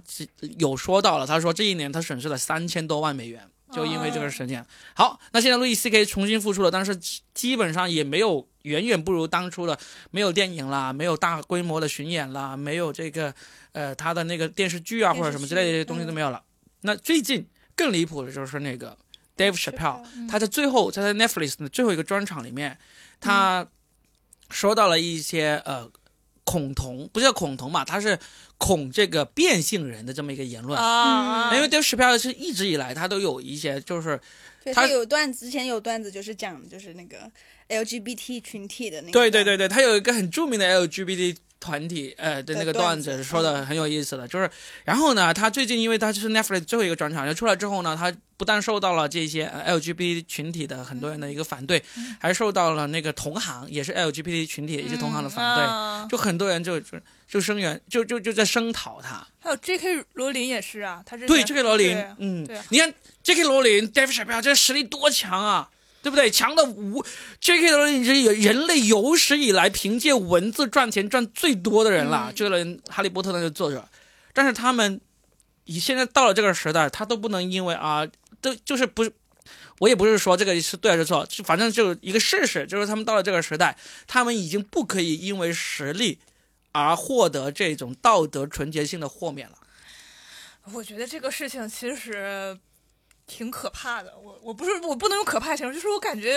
S1: 有说到了，他说这一年他损失了三千多万美元。
S3: 嗯
S1: 就因为这个事情。好，那现在路易 C K 重新复出了，但是基本上也没有远远不如当初了，没有电影啦，没有大规模的巡演啦，没有这个呃他的那个电视剧啊
S3: 电视剧
S1: 或者什么之类的这些东西都没有了。那最近更离谱的就是那个 Dave Chappelle，他在最后他在 Netflix 的最后一个专场里面，他说到了一些呃。恐同不叫恐同吧，他是恐这个变性人的这么一个言论，
S2: 嗯
S3: 啊，
S1: 嗯因为 Dave Chappelle 是一直以来他都有一些就是
S2: 对
S1: 他
S2: 他有段之前有段子就是讲就是那个 LGBT 群体的那个，
S1: 对对对对，他有一个很著名的 LGBT 团体，呃的
S2: 的
S1: 那个段
S2: 段
S1: 子
S2: 子
S1: 说的很有意思的，就是，然后呢，他最近因为他就是 Netflix 最后一个专场就出来之后呢，他不但受到了这些呃 LGBT 群体的很多人的一个反对，还受到了那个同行也是 LGBT 群体的一些同行的反对，
S3: 啊
S1: 就很多人就就就声援，就就就在声讨他。
S3: 还有 J.K. 罗琳也是啊，他之前
S1: 对 J.K. 罗琳
S3: 对，
S1: 嗯
S3: 对啊，
S1: 你看 J.K. 罗琳、Dave Chappelle 这实力多强啊，对不对？强的无 J.K. 罗琳是有人类有史以来凭借文字赚钱赚最多的人了。
S3: 嗯
S1: 这个人《哈利波特》那个作者，但是他们以现在到了这个时代，他都不能因为啊，都就是不是。我也不是说这个是对还是错，就反正就一个事实，就是他们到了这个时代，他们已经不可以因为实力而获得这种道德纯洁性的豁免了。
S3: 我觉得这个事情其实挺可怕的。我我不是我不能用可怕形容，就是我感觉，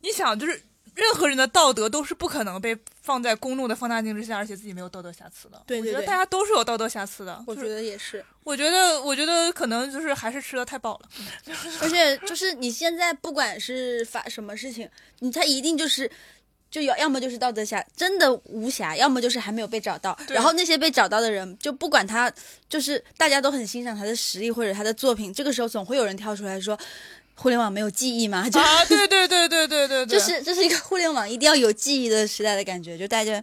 S3: 你想，就是任何人的道德都是不可能被放在公众的放大镜之下，而且自己没有道德瑕疵的。
S2: 对对
S3: 我觉得
S2: 对
S3: 大家都是有道德瑕疵的。
S2: 我
S3: 就
S2: 觉
S3: 是
S2: 得也是。
S3: 我觉得，我觉得可能就是还是吃的太饱了。
S2: 而且就是你现在不管是发什么事情，你他一定就是。就要要么就是道德瑕，真的无瑕，要么就是还没有被找到。
S3: 对
S2: 然后那些被找到的人，就不管他，就是大家都很欣赏他的实力或者他的作品，这个时候总会有人跳出来说，互联网没有记忆嘛， 就、
S3: 啊，对对对对对对啊
S2: 就
S3: 对，
S2: 是这是一个互联网一定要有记忆的时代的感觉，就大家。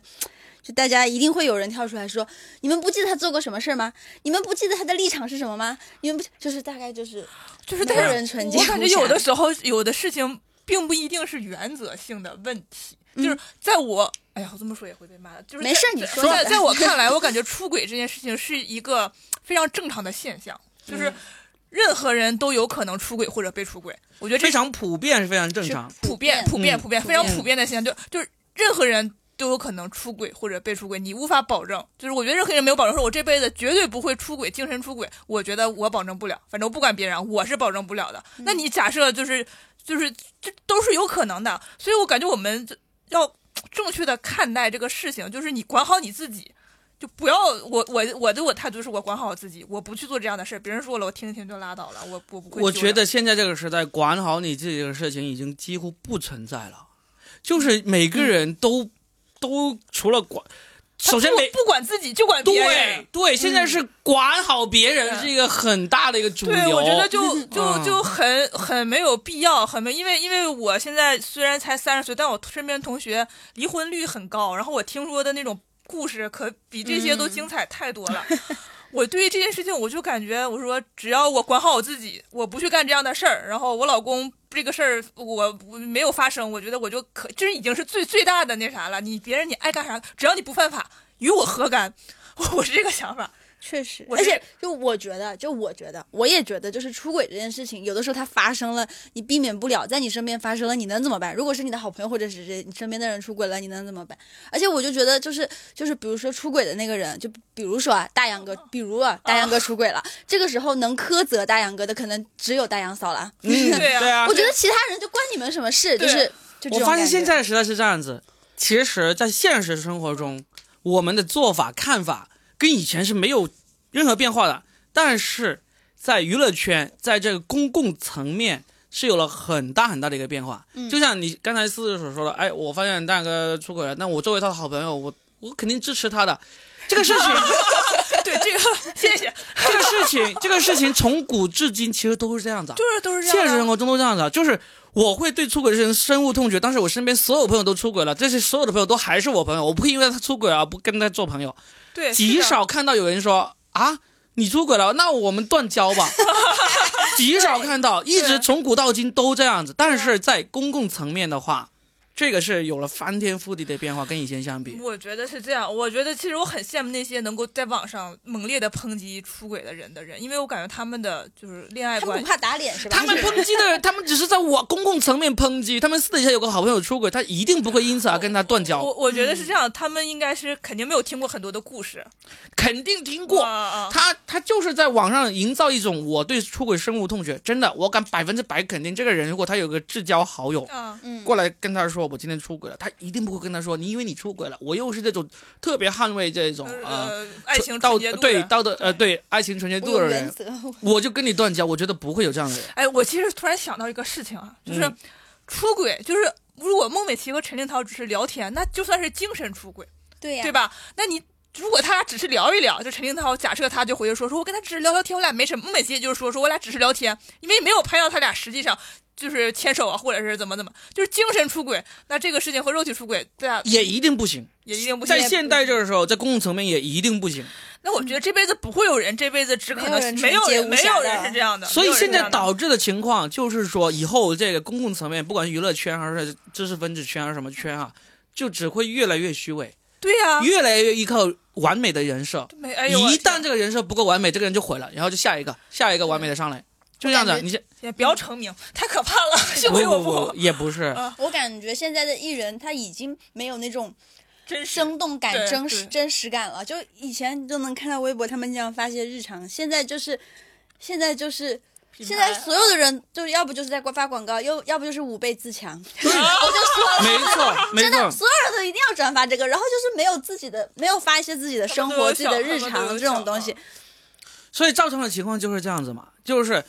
S2: 就大家一定会有人跳出来说：“你们不记得他做过什么事儿吗？你们不记得他的立场是什么吗？你们不就是大概就是
S3: 就是
S2: 没有
S3: 但是
S2: 人纯洁
S3: 我感觉
S2: 无瑕
S3: 有的时候有的事情并不一定是原则性的问题，就是在我。哎呀，我这么说也会被骂的，就是
S2: 没
S3: 在
S2: 事儿你
S3: 在
S2: 说
S3: 在
S2: 吧
S3: 在我看来，我感觉出轨这件事情是一个非常正常的现象，就是任何人都有可能出轨或者被出轨。我觉得这
S1: 非
S3: 是
S1: 常普遍是非常正常。
S3: 普遍、普
S1: 嗯
S3: 遍、普遍、
S2: 普
S3: 非常
S2: 遍
S3: 普遍的现象，就就是任何人都有可能出轨或者被出轨，你无法保证。就是我觉得任何人没有保证说，我这辈子绝对不会出轨，精神出轨，我觉得我保证不了。反正我不管别人，我是保证不了的。那你假设就是就是这都是有可能的，所以我感觉我们就要正确的看待这个事情，就是你管好你自己。就不要我我我对我态度是我管好我自己，我不去做这样的事儿。别人说了，我听一听就拉倒了，我我不会纠正。
S1: 我觉得现在这个时代，管好你自己的事情已经几乎不存在了，就是每个人都、都除了管，
S3: 嗯他
S1: 首先
S3: 不
S1: 每
S3: 不管自己就管别人嗯
S1: 对，对，现在是管好别人
S3: 对啊
S1: 是一个很大的一个主流。
S3: 对，我觉得就就
S1: 嗯
S3: 就很很没有必要，很没，因为因为我现在虽然才三十岁，但我身边同学离婚率很高，然后我听说的那种故事可比这些都精彩太多了。我对于这件事情，我就感觉，我说只要我管好我自己，我不去干这样的事儿，然后我老公这个事儿我我没有发生，我觉得我就可这已经是最最大的那啥了。你别人你爱干啥，只要你不犯法，与我何干？ 我是这个想法。
S2: 确实，
S3: 我
S2: 而
S3: 是
S2: 且就我觉得，就我觉得，我也觉得，就是出轨这件事情，有的时候它发生了，你避免不了，在你身边发生了，你能怎么办？如果是你的好朋友或者是你身边的人出轨了，你能怎么办？而且我就觉得，就是就是，比如说出轨的那个人，就比如说啊，大杨哥，
S1: 哦
S2: 比如啊，大杨哥出轨了，这个时候能苛责大杨哥的，可能只有大杨嫂了。
S1: 嗯，
S3: 对啊
S1: 啊
S2: 我，觉得其他人就关你们什么事？就
S3: 对
S2: 是就这
S1: 我
S2: 种
S1: 发现
S2: 感觉
S1: 现在实在是这样子。其实，在现实生活中，我们的做法、看法跟以前是没有任何变化的，但是在娱乐圈，在这个公共层面是有了很大很大的一个变化。
S2: 嗯
S1: 就像你刚才思思所说的，哎，我发现大哥出轨了，那我作为他的好朋友，我我肯定支持他的。这个 事情，
S3: 对这个，谢谢，
S1: 这个事情，这个事情从古至今其实都是这样子 啊。
S3: 就是都是这样的。
S1: 现实生活中都这样子啊，就是我会对出轨的人深恶痛绝，但是我身边所有朋友都出轨了，这些所有的朋友都还是我朋友，我不会因为他出轨而啊不跟他做朋友。
S3: 对，是
S1: 极
S3: 的
S1: 少看到有人说啊，你出轨了，那我们断交 吧。极少看到，一直从古到今都这样子。但是在公共层面的话，这个是有了翻天覆地的变化，跟以前相比。
S3: 我觉得是这样，我觉得其实我很羡慕那些能够在网上猛烈的抨击出轨的人的人，因为我感觉他们的就是恋爱
S2: 他们
S3: 观
S2: 不。怕打脸是吧？
S1: 他们抨击 的，他们只是在我公共层面抨击，他们私底下有个好朋友出轨，他一定不会因此而跟他断
S3: 我
S1: 交，
S3: 我觉
S2: 嗯
S3: 得是这样，他们应该是肯定没有听过很多的故事。
S1: 肯定听过。
S3: 啊
S1: 他他就是在网上营造一种我对出轨深恶痛绝，真的，我敢百分之百肯定，这个人如果他有个至交好友
S3: 啊啊！
S2: 嗯，
S1: 过来跟他说我今天出轨了，他一定不会跟他说你因为你出轨了，我又是这种特别捍卫这种呃
S3: 呃，爱情
S1: 道
S3: 纯洁度
S1: 对
S3: 的
S1: 道德呃对爱情纯洁
S2: 我
S1: 度的
S2: 有原
S1: 人，
S2: 则，我
S1: 我就跟你断交，我觉得不会有这样的人。
S3: 哎，我其实突然想到一个事情啊，就是
S1: 嗯
S3: 出轨，就是如果孟美岐和陈令涛只是聊天，那就算是精神出轨，
S2: 对呀、
S3: 对？吧？那你。如果他俩只是聊一聊，就陈令涛假设他就回去说说，我跟他只是聊聊天，我俩没什么。孟美岐也就是说说我俩只是聊天，因为没有拍到他俩实际上就是牵手啊，或者是怎么怎么，就是精神出轨。那这个事情和肉体出轨，对啊，
S1: 也一定不行，
S3: 也一定不行
S1: 在。现代这个时候，在公共层面也一定不行。
S3: 那我觉得这辈子不会有人，这辈子只可能
S2: 没
S3: 没
S2: 有
S3: 有
S2: 人
S3: 人，没有
S2: 纯洁无瑕
S3: 人
S2: 的
S3: 是这样的。
S1: 所以现
S3: 没有
S1: 在
S3: 人是这样的
S1: 导致的情况就是说，以后这个公共层面，不管娱乐圈还是知识分子圈还是什么圈啊，就只会越来越虚伪，
S3: 对呀、
S1: 越来越依靠完美的人设。
S3: 没啊哎呦，我
S1: 一
S3: 的天
S1: 旦这个人设不够完美，这个人就毁了，然后就下一个，下一个完美的上来，就这样子
S2: 感。觉
S1: 你先
S3: 也不要成名，太可怕 了，幸
S1: 不
S3: 亏我
S1: 不不，也不是
S3: 啊，
S2: 我感觉现在的艺人他已经没有那种
S3: 真是
S2: 生动感、
S3: 对
S2: 真实
S3: 对
S2: 真实感了。就以前你都能看到微博他们经常发些日常，现在就是，现在就是。现在所有的人就是要不就是在发广告，要要不就是五倍自强，
S1: 对，没 错没
S2: 真的，
S1: 错。
S2: 所有人都一定要转发这个，然后就是没有自己的，没有发一些自己的生
S3: 他们都
S2: 活、
S3: 有
S2: 自己的日
S3: 小他啊们
S2: 常
S3: 都有
S2: 这种东西
S3: 小。
S1: 所以造成的情况就是这样子嘛，就是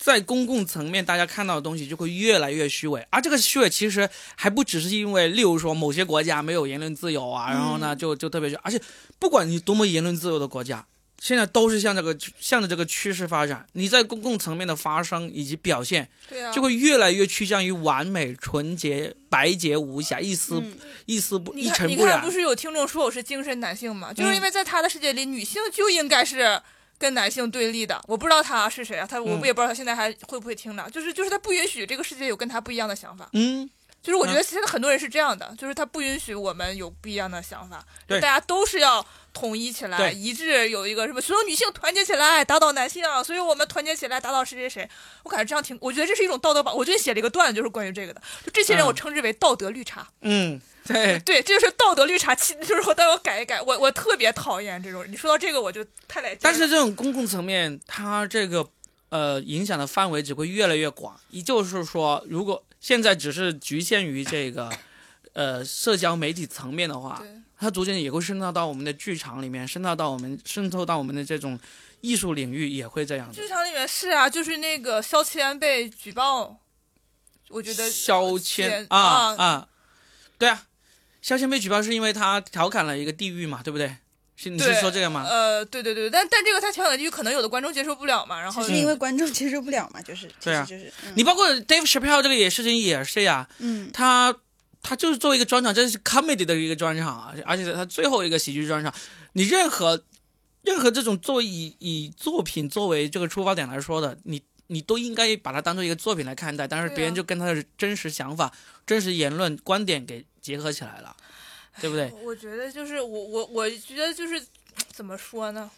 S1: 在公共层面，大家看到的东西就会越来越虚伪，而这个虚伪其实还不只是因为，例如说某些国家没有言论自由啊，然后呢
S3: 嗯
S1: 就就特别虚，而且不管你多么言论自由的国家。现在都是向这个向着这个趋势发展，你在公共层面的发声以及表现，
S3: 对啊，
S1: 就会越来越趋向于完美、纯洁、白洁无瑕，一丝、
S2: 嗯
S1: 一丝不
S3: 你
S1: 一
S3: 看，
S1: 尘
S3: 你
S1: 不
S3: 看，
S1: 染
S3: 不。是有听众说我是精神男性吗？就是
S1: 嗯
S3: 因为在他的世界里，女性就应该是跟男性对立的。我不知道他是谁啊，他我
S1: 嗯
S3: 也不知道他现在还会不会听呢。就是就是他不允许这个世界有跟他不一样的想法。
S1: 嗯，
S3: 就是我觉得现在很多人是这样的，就是他不允许我们有不一样的想法，
S1: 对
S3: 就大家都是要统一起来，
S1: 对
S3: 一致有一个什么，所有女性团结起来打倒男性，啊所以我们团结起来打倒谁谁谁。我感觉这样挺，我觉得这是一种道德绑。我最近写了一个段子，就是关于这个的，就这些人
S1: 嗯
S3: 我称之为道德绿茶。
S1: 嗯，对，
S3: 对，这就是道德绿茶，其就是我待会改一改。我我特别讨厌这种人，你说到这个我就太来劲了。
S1: 但是这种公共层面，它这个呃影响的范围只会越来越广。也就是说，如果现在只是局限于这个 呃社交媒体层面的话，
S3: 对
S1: 它逐渐也会渗透到我们的剧场里面，渗透到我们渗透到我们的这种艺术领域，也会这样子
S3: 剧。场里面是啊，就是那个肖千安被举报，我觉得呃
S1: 肖谦
S3: 啊
S1: 啊啊，对啊，肖谦被举报是因为他调侃了一个地域嘛，对不对？是你是
S3: 对
S1: 说这个吗？
S3: 呃，对对对，但但这个他调侃的地域可能有的观众接受不了嘛，然后
S2: 只是因为观众接受不了嘛，就是，
S1: 对啊
S2: 就是，就是
S1: 你包括 Dave Chappelle 这个也事情也是呀、
S2: 嗯，
S1: 他他就是做一个专场，这是 comedy 的一个专场啊，而且他最后一个喜剧专场，你任何任何这种作为以以作品作为这个出发点来说的，你你都应该把它当做一个作品来看待，但是
S3: 对啊
S1: 别人就跟他的真实想法、真实言论、观点给结合起来了，对不对？
S3: 我觉得就是我我我觉得就是怎么 说呢？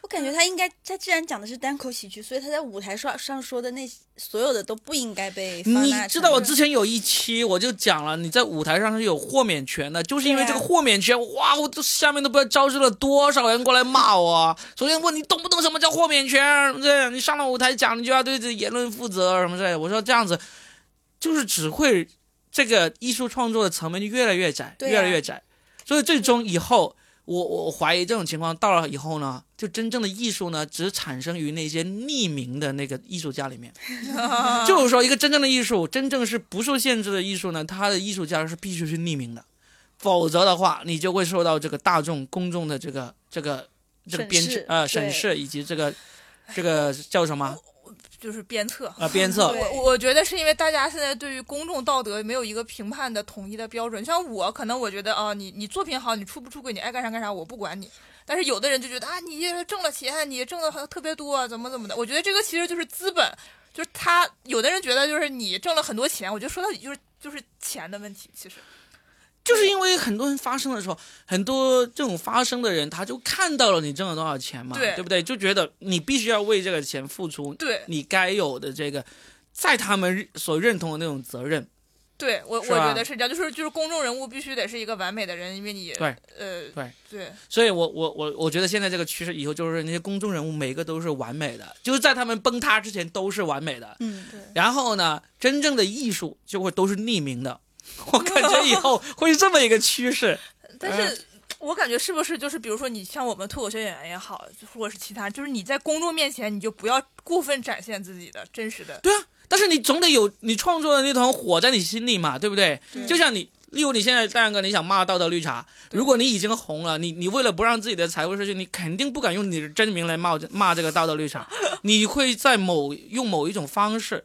S2: 我感觉他应该，他既然讲的是单口喜剧，所以他在舞台上上说的那些所有的都不应该被放
S1: 你
S2: 大成
S1: 知道我之前有一期我就讲了，你在舞台上是有豁免权的，就是因为这个
S2: 对啊
S1: 豁免权，哇，我这下面都不知道招致了多少人过来骂我。首先问你懂不懂什么叫豁免权？对，你上了舞台讲，你就要对自己言论负责什么之类的。我说这样子，就是只会这个艺术创作的层面就越来越窄，
S2: 对啊嗯
S1: 越来越窄。所以最终以后，我我怀疑这种情况到了以后呢，就真正的艺术呢，只产生于那些匿名的那个艺术家里面。
S2: 啊
S1: 就是说，一个真正的艺术，真正是不受限制的艺术呢，它的艺术家是必须是匿名的，否则的话，你就会受到这个大众公众的这个这个这个
S2: 审
S1: 编
S2: 视
S1: 制呃
S2: 对
S1: 审视以及这个这个叫什 么
S3: 就是鞭策。
S1: 呃鞭策
S2: 对。
S3: 我我觉得是因为大家现在对于公众道德没有一个评判的统一的标准，像我可能我觉得啊、你你作品好，你出不出轨，你爱干啥干啥，我不管你。但是有啊的人就觉得啊，你挣了钱，你挣的特别多，怎么怎么的。我觉得这个其实就是资本就是他有的人觉得就是你挣了很多钱，我觉得说到底就是就是钱的问题，其实
S1: 就是因为很多人发声的时候，很多这种发声的人，他就看到了你挣了多少钱嘛，
S3: 对
S1: 不对？就觉得你必须要为这个钱付出，
S3: 对
S1: 你该有的这个，在他们所认同的那种责任。
S3: 对我我
S1: 是吧
S3: 觉得是这样，就是就是公众人物必须得是一个完美的人，因为你
S1: 对
S3: 呃
S1: 对
S3: 对
S1: 所以我，我我我觉得现在这个趋势，以后就是那些公众人物每个都是完美的，就是在他们崩塌之前都是完美的。
S2: 嗯，
S1: 然后呢，真正的艺术就会都是匿名的。 我感觉以后会是这么一个趋势。
S3: 但
S1: 嗯
S3: 是我感觉是不是就是比如说你像我们脱口秀演员也好，或者是其他，就是你在公众面前你就不要过分展现自己的真实的。
S1: 对啊，但是你总得有你创作的那团火在你心里嘛，对不对？
S3: 对
S1: 就像你，例如你现在大杨哥，你想骂道德绿茶，
S3: 对
S1: 如果你已经红了，你你为了不让自己的财务失去，你肯定不敢用你的真名来骂骂这个道德绿 茶，你会在某用某一种方式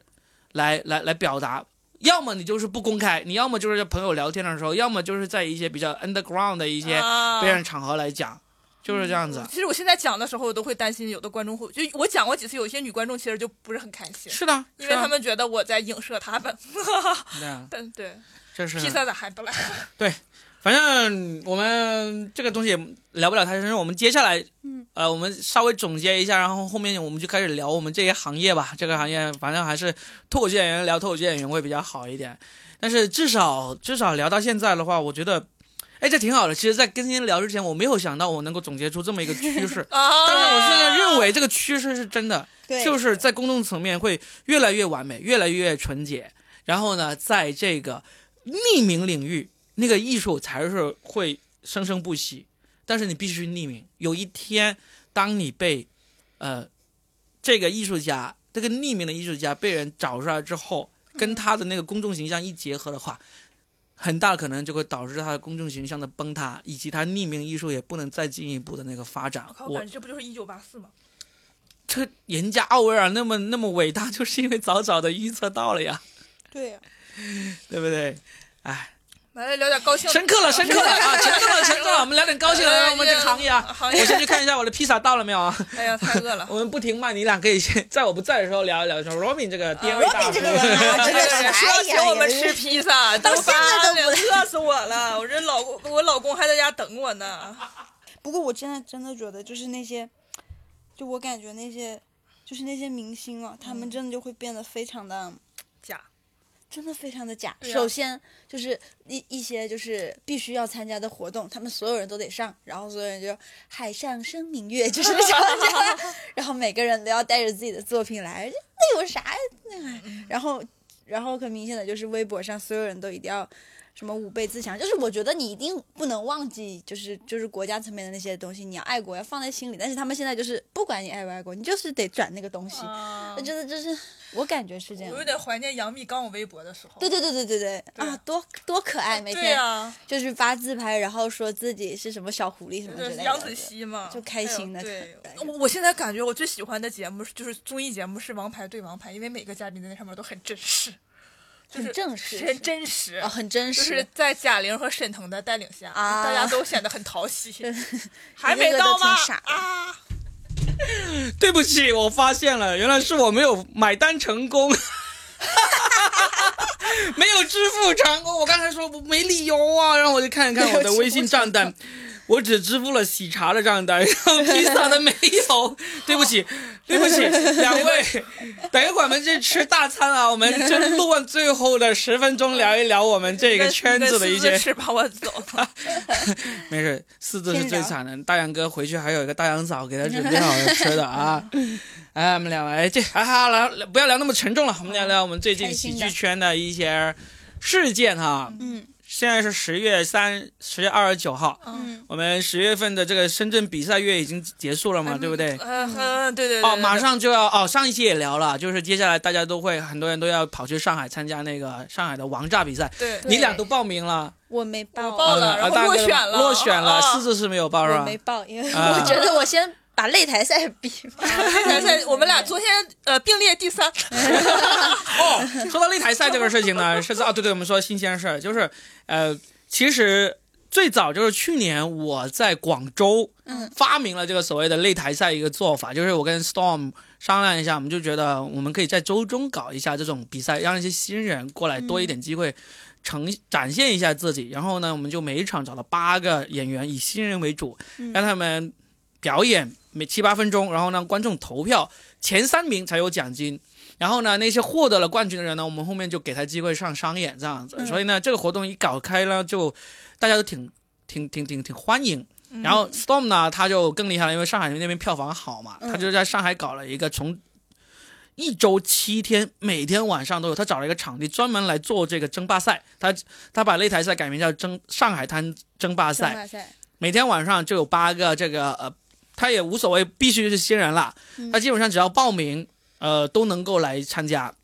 S1: 来来来表达。要么你就是不公开，你要么就是在朋友聊天的时候，要么就是在一些比较 underground 的一些
S3: 啊嗯
S1: 别人场合来讲，就是这样子。
S3: 其实我现在讲的时候，我都会担心有的观众会，就我讲过几次，有些女观众其实就不是很开心，
S1: 是的，
S3: 因为
S1: 是啊
S3: 他
S1: 的
S3: 们觉得我在影射他们。
S1: 对啊，
S3: 但对，
S1: 这是啊
S3: 披萨咋还不来？，
S1: 反正我们这个东西也聊不了太深，我们接下来，
S2: 嗯，
S1: 呃，我们稍微总结一下，然后后面我们就开始聊我们这一行业吧。这个行业反正还是脱口秀演员聊脱口秀演员会比较好一点，但是至少至少聊到现在的话，我觉得，哎，这挺好的。其实，在跟您聊之前，我没有想到我能够总结出这么一个趋势
S3: 啊！
S1: 但是我现在认为这个趋势是真的。
S2: 对，
S1: 就是在公众层面会越来越完美，越来越纯洁。然后呢，在这个匿名领域，那个艺术才是会生生不息。但是你必须匿名，有一天，当你被，呃，这个艺术家，这个匿名的艺术家被人找出来之后，跟他的那个公众形象一结合的话，很大可能就会导致他的公众形象的崩塌，以及他匿名艺术也不能再进一步的那个发展
S3: 我。靠，我
S1: 我
S3: 感觉这不就是一九八四吗？
S1: 这人家奥威尔那么那么伟大，就是因为早早的预测到了呀，
S2: 对呀、
S1: 对不对？哎，
S3: 来来聊点高兴的。
S1: 深刻了，深刻了啊，深刻了，深刻了！我们聊点高兴的，来我们这个行业啊。
S3: 行
S1: 我
S3: 业，
S1: 先去看一下我的披萨到了没有啊？
S3: 哎呀，太饿了。
S1: 我们不停骂你俩，可以先在我不在的时候聊一聊。说啊 Robin 这个颠位大
S2: Robin
S1: 叔
S2: 这个人啊 真
S3: 这
S2: 的
S3: 个
S2: 是哎
S3: 人哎说请我们吃披萨，
S2: 到现在都不
S3: 我饿死我了。我这老公，我老公还在家等我呢。
S2: 不过我真的真的觉得，就是那些，就我感觉那些，就是那些明星啊，他们真的就会变得非常的，
S3: 假，
S2: 真的非常的假。
S3: 对啊
S2: 首先就是一一些就是必须要参加的活动，他们所有人都得上，然后所有人就海上生明月，就是 那种这样，然后每个人都要带着自己的作品来，那有啥呀？
S3: 嗯
S2: 那个然后然后很明显的就是微博上所有人都一定要。什么五倍自强，就是我觉得你一定不能忘记，就是就是国家层面的那些东西，你要爱国要放在心里。但是他们现在就是不管你爱不爱国，你就是得转那个东西。
S3: 啊
S2: 我觉得就是我感觉是这样
S3: 我有。点怀念杨幂刚我微博的时候。
S2: 对对对对对对
S3: 对
S2: 啊，多多可爱，每
S3: 对啊
S2: 天
S3: 呀，
S2: 就是发自拍，然后说自己是什么小狐狸什么之
S3: 就
S2: 类
S3: 是
S2: 的。
S3: 杨子奚嘛，
S2: 就开心的
S3: 哎呦
S2: 看
S3: 对，我我现在感觉我最喜欢的节目是就是综艺节目是《王牌对王牌》，因为每个嘉宾在那上面都很真实，就是
S2: 很正式
S3: 很真实，
S2: 啊，很真
S3: 就
S2: 实。
S3: 是在贾玲和沈腾的带领下，
S2: 啊
S3: 大家都显得很讨 喜，还
S2: 一个
S3: 没
S2: 个
S3: 到
S2: 都挺
S3: 吗？
S2: 傻的
S3: 啊，
S1: 对不起，我发现了，原来是我没有买单成功， 没有支付成功。我刚才说我没理由啊，然后我就看一看我的微信账单，我只支付了喜茶的账单，然后披萨的没有。对不起，对不起，两位，等一会儿我们去吃大餐啊，我们就 录完最后的十分钟聊一聊我们这个圈子的一
S3: 你跟
S1: 些
S3: 狮子吃把我走，
S1: 没事，四字是最惨的。大杨哥回去还有一个大杨嫂给他准备好的吃的啊。哎，我们两位，这啊好了，不要聊那么沉重了，我们聊聊我们最近
S2: 开
S1: 喜
S2: 心的
S1: 剧圈的一些事件哈。
S2: 嗯
S1: 现在是十月三，十月二十九号，
S2: 嗯，
S1: 我们十月份的这个深圳比赛月已经结束了嘛，对不对？
S3: 嗯嗯，对对对
S1: 哎哦，
S3: 对
S1: 马上就要哦，上一期也聊了，就是接下来大家都会很多人都要跑去上海参加那个上海的王炸比赛，
S3: 对。
S1: 你俩都报名了，
S2: 我没报，
S3: 我报了
S1: 啊
S3: 然后
S1: 大哥
S3: 落选了
S1: 落选了，
S3: 啊
S1: 四字是没有报是
S2: 我
S1: 吧？
S2: 没报，因为
S1: 啊
S2: 我觉得我先把擂台赛比
S3: 啊
S2: 吧。
S3: 现在我们俩昨天呃并列第三，
S1: 哦，说到擂台赛这个事情呢，是在啊，对对，我们说新鲜事儿，就是呃，其实最早就是去年我在广州，发明了这个所谓的擂台赛一个做法，就是我跟 Storm 商量一下，我们就觉得我们可以在周中搞一下这种比赛，让一些新人过来多一点机会。呈展现一下自己，然后呢，我们就每一场找了八个演员，以新人为主，让他们表演每七八分钟，然后呢，观众投票前三名才有奖金。然后呢，那些获得了冠军的人呢，我们后面就给他机会上商演这样子。所以呢，这个活动一搞开呢，就大家都挺挺挺挺挺欢迎。然后 Storm 呢，他就更厉害了，因为上海那边票房好嘛，他就在上海搞了一个从一周七天，每天晚上都有。他找了一个场地专门来做这个争霸赛，他他把擂台赛改名叫争上海滩争霸赛。
S2: 大
S3: 嗯
S2: 赛，
S1: 每天晚上就有八个这个呃，他也无所谓，必须是新人了，他基本上只要报名，呃，都能够来参加。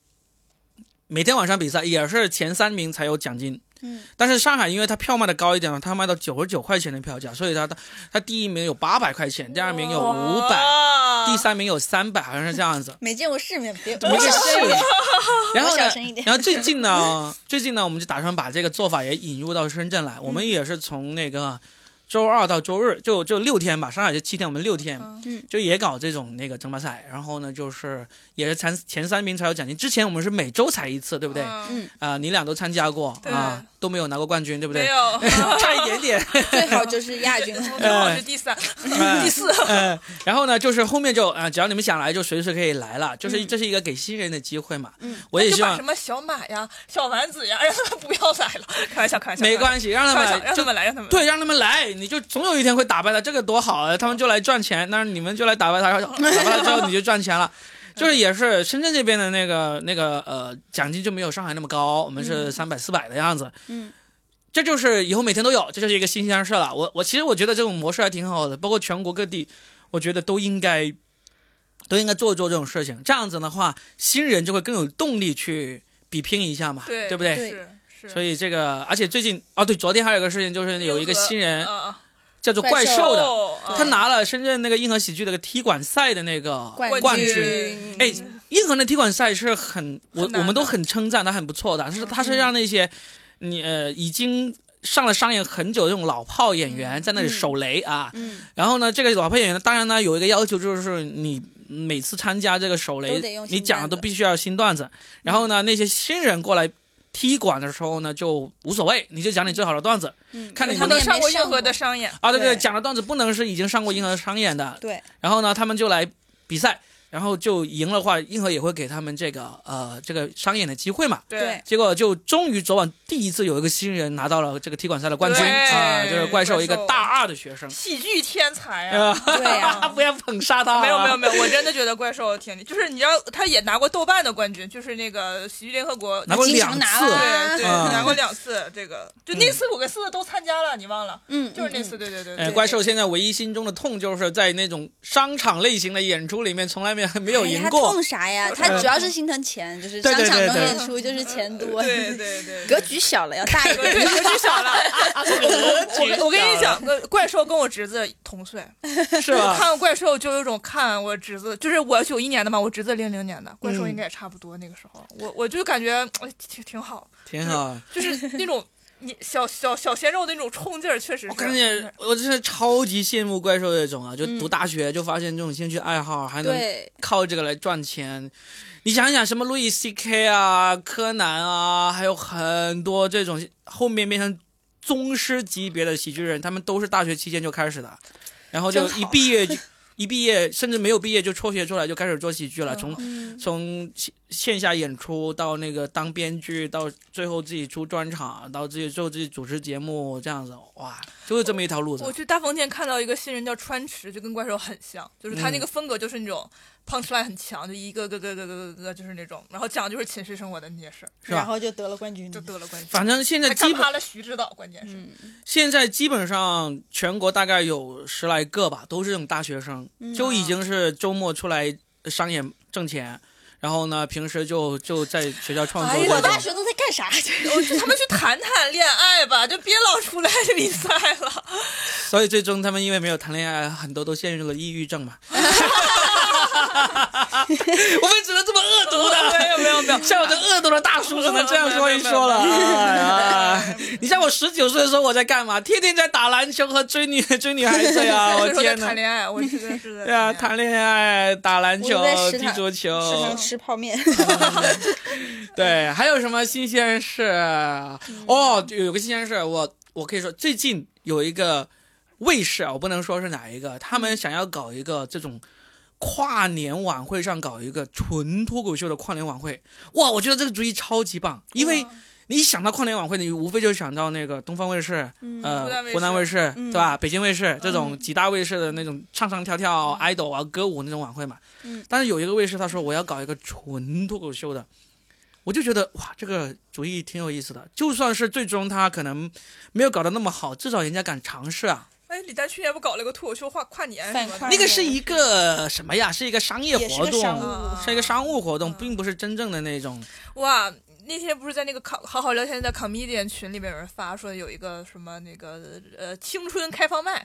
S1: 每天晚上比赛也是前三名才有奖金，
S2: 嗯，
S1: 但是上海因为它票卖的高一点嘛，它卖到九十九块钱的票价，所以它它它第一名有八百块钱，第二名有五百，
S3: 哇
S1: 第三名有三百，好像是这样子。
S2: 没见过世面，别
S1: 怎么
S2: 小
S1: 是
S2: 声一点。
S1: 然后
S2: 我小声一
S1: 呢
S2: 点，
S1: 然后最近呢， 最近呢，我们就打算把这个做法也引入到深圳来。我们也是从那个周二到周日，就就六天吧，上海就七天，我们六天，
S2: 嗯
S1: 就也搞这种那个争霸赛。然后呢，就是也是前前三名才有奖金。之前我们是每周才一次，对不对？啊、
S3: 嗯
S1: 你俩都参加过啊、
S3: 对
S1: 都没有拿过冠军，对不哎
S3: 没
S1: 对？
S3: 有，
S1: 差一点点。
S2: 最好就是亚军。
S3: 我正
S1: 哎
S3: 好是第三、第四。
S1: 呃，然后呢，就是后面就啊、只要你们想来，就随时可以来了。就是这是一个给新人的机会嘛。嗯，我也
S3: 就
S1: 希
S3: 把
S1: 望
S3: 什么小马呀、小丸子呀，让他们不要来了。开玩笑，开玩笑，
S1: 没关系，让
S3: 开
S1: 他
S3: 玩笑，
S1: 们
S3: 让
S1: 来
S3: 他
S1: 就
S3: 们来，让他们来。
S1: 对，让他们来，你就总有一天会打败他，这个多好啊！他们就来赚钱，那你们就来打败 他，打败他之后你就赚钱了。就是也是深圳这边的那个那个呃奖金就没有上海那么高，我们
S3: 嗯
S1: 是三百四百的样子。
S2: 嗯，
S1: 这就是以后每天都有，这就是一个新鲜事了。我我其实我觉得这种模式还挺好的，包括全国各地，我觉得都应该都应该做做这种事情。这样子的话，新人就会更有动力去比拼一下嘛，
S3: 对
S1: 不对？
S2: 对
S3: 是是。
S1: 所以这个，而且最近哦，对，昨天还有个事情，就是有一个新人
S3: 嗯嗯
S1: 叫做怪
S2: 瘦
S1: 兽嗯的，
S3: 哦
S1: 他拿了深圳那个硬核喜剧的那个踢馆赛的那个
S2: 冠
S1: 冠
S2: 军嗯
S1: 哎，硬核的踢馆赛是很，嗯我
S3: 很难的
S1: 我们都很称赞他，很不错的。他是他是让那些你呃已经上了商演很久的这种老炮演员在那里手雷啊。
S2: 嗯，
S1: 然后呢，这个老炮演员当然呢有一个要求，就是你每次参加这个手
S2: 都得
S1: 雷
S2: 用，新
S1: 你讲的
S2: 段子
S1: 都必须要新段子。然后呢，那些新人过来踢馆的时候呢，就无所谓，你就讲你最好的段子。
S2: 嗯
S1: 看你
S3: 他
S1: 能不
S3: 都
S1: 能
S2: 也没
S3: 上过
S2: 上
S3: 任何的商演，
S1: 啊，对对，
S2: 对
S1: 讲的段子不能是已经上过硬核商演的。
S2: 对，
S1: 然后呢，他们就来比赛，然后就赢了话，硬核也会给他们这个呃这个商演的机会嘛。
S2: 对
S1: 结果就终于昨晚第一次有一个新人拿到了这个踢馆赛的冠军
S3: 对
S1: 啊，就是怪兽
S3: 怪兽
S1: 一个大二的学生，
S3: 喜剧天才啊！
S1: 呃，
S2: 对啊
S1: 不要捧杀他、
S3: 没有没有，没有，我真的觉得怪兽挺厉，就是你知道，他也拿过豆瓣的冠军，就是那个喜剧联合国，
S1: 拿过
S2: 经
S1: 两嗯
S2: 常拿
S1: 次
S2: 了，
S3: 对对，
S1: 嗯
S3: 拿过两次，这个就那次我跟四都参加了，你忘了？
S2: 嗯，
S3: 就是那次，对对对，
S1: 呃，
S3: 对
S1: 怪兽现在唯一心中的痛就是在那种商场类型的演出里面从来没有没 有
S2: 哎
S1: 赢
S2: 他
S1: 过
S2: 痛，啥呀？他主要是心疼钱，就是
S1: 对
S2: 商
S1: 对
S2: 场
S1: 对
S2: 能
S1: 对
S2: 演出就是钱多，
S3: 对对 对。
S2: 格局小了要大一
S3: 对，
S2: 点。
S3: 格局小了。啊我跟我跟你讲，呃怪兽跟我侄子同岁，
S1: 是
S3: 我
S1: 吧？
S3: 看怪兽就有一种看我侄子，就是我九一年的嘛，我侄子零零年的，怪兽应该也差不多那个时候。
S1: 嗯
S3: 我我就感觉哎挺挺好，
S1: 挺好。
S3: 就是那种你小小小鲜肉的那种冲劲儿，确实是。
S1: 我感觉我真是超级羡慕怪兽这种啊，就
S3: 嗯
S1: 读大学就发现这种兴趣爱好还能
S2: 对，
S1: 靠这个来赚钱。你想想，什么路易 C K 啊、柯南啊，还有很多这种后面变成宗师级别的喜剧人，他们都是大学期间就开始的，然后就
S2: 真好
S1: 一毕业就 一毕业，甚至没有毕业就辍学出来就开始做喜剧了，
S3: 嗯
S1: 从从线线下演出到那个当编剧，到最后自己出专场，到自己最后自己主持节目，这样子，哇，就是这么一条路子
S3: 我。去大风店看到一个新人叫川池，就跟怪兽很像，就是
S1: 嗯
S3: 他那个风格就是那种 punch line 很强，就一个个个个个个个就是那种，然后讲的就是寝室生活的那些事儿，
S1: 是吧
S2: 然后就得了冠军，
S3: 就得了冠军。
S1: 嗯反正现在
S3: 还
S1: 基
S3: 干
S1: 本
S3: 趴了徐指导，关键是
S2: 嗯
S1: 现在基本上全国大概有十来个吧，都是这种大学生，就已经是周末出来商演挣钱，然后呢，平时就就在学校创作
S3: 哎
S1: 这
S3: 呀
S1: 种。
S2: 我大学都在干啥？
S1: 嗯
S3: 我就他们去谈谈恋爱吧，就别老出来比赛了。
S1: 所以最终他们因为没有谈恋爱，很多都陷入了抑郁症嘛。我们只能这么恶毒的， 没有没有没有，像我这恶毒的大叔只能这样说一说了。哎呀，你像我十九岁的时候我在干嘛？天天在打篮球和追女 追女孩子哎 呀！我
S3: 所以说在
S1: 天
S3: 谈
S1: 哪！
S3: 恋爱，我真 的是在
S1: 对啊，
S3: 谈
S1: 谈恋爱、打篮球
S2: 我在、食
S1: 踢
S2: 堂
S1: 足球，
S2: 时常吃泡面，
S1: 对，还有什么新鲜事？哦，有个新鲜事，我我可以说，最近有一个卫视啊，我不能说是哪一个，他们想要搞一个这种跨年晚会上搞一个纯脱口秀的跨年晚会。哇，我觉得这个主意超级棒，因为你一想到跨年晚会，你无非就想到那个东方卫视、
S3: 嗯湖南
S1: 呃
S3: 卫
S1: 湖南
S3: 视
S1: 卫视、
S2: 嗯
S1: 对吧？北京卫视这种几大卫视的那种唱唱跳跳、idol
S3: 嗯
S1: 啊歌舞那种晚会嘛。
S2: 嗯
S1: 但是有一个卫视他说我要搞一个纯脱口秀的，我就觉得哇，这个主意挺有意思的。就算是最终他可能没有搞得那么好，至少人家敢尝试啊。
S3: 哎，李诞去年不搞了个脱口秀跨跨年
S2: 反
S3: 什么
S2: 跨
S1: 那
S3: 的
S2: 年
S1: 个是一个什么呀？是一个商业
S2: 也是
S1: 活
S2: 个商
S1: 动，
S2: 务
S3: 啊。
S1: 是一个商务活动，并不是真正的那种。
S3: 哇。那天不是在那个好好好聊天的 comedian 群里边有人发说有一个什么那个呃青春开放麦，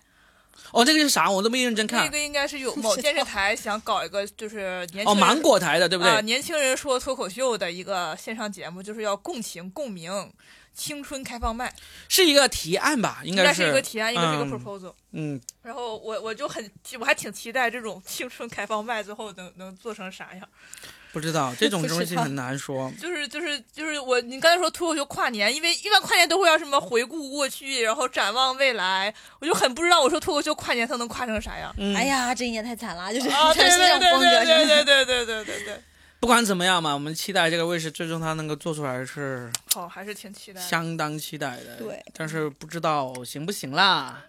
S1: 哦，这个是啥？我都没认真
S3: 那
S1: 看。
S3: 个应该是 有某电视台想搞一个就是年轻人
S1: 哦，芒果台的，对不对？
S3: 啊，年轻人说脱口秀的一个线上节目，就是要共情共鸣，青春开放麦，
S1: 是一个提案吧？应
S3: 应
S1: 该
S3: 该
S1: 是
S3: 一个提案，一个是一个
S1: 嗯
S3: proposal。
S1: 嗯，
S3: 然后我我就很我还挺期待这种青春开放麦最后能能做成啥样。
S1: 不知道这种
S2: 不知
S1: 东西
S2: 道
S1: 很难说。
S3: 就是就是就是我，你刚才说脱口秀跨年，因为一般跨年都会要什么回顾过去，然后展望未来，我就很不知道我说脱口秀跨年它能跨成啥 样。
S1: 嗯，
S2: 哎呀，这一年太惨了，就是
S3: 啊，对
S2: 就是这种
S3: 对对
S2: 风格，真
S3: 对对
S2: 的
S3: 对对对对对对，
S1: 不管怎么样嘛，我们期待这个卫视最终它能够做出来是
S3: 好，还是挺期待的。
S1: 相当期待的。
S2: 对，
S1: 但是不知道行不行啦。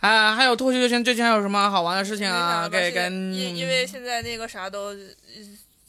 S1: 啊，还有脱口秀圈最近还有什么好玩的事情啊？
S3: 没啥吧
S1: 给
S3: 现在
S1: 跟
S3: 因因为现在那个啥都，呃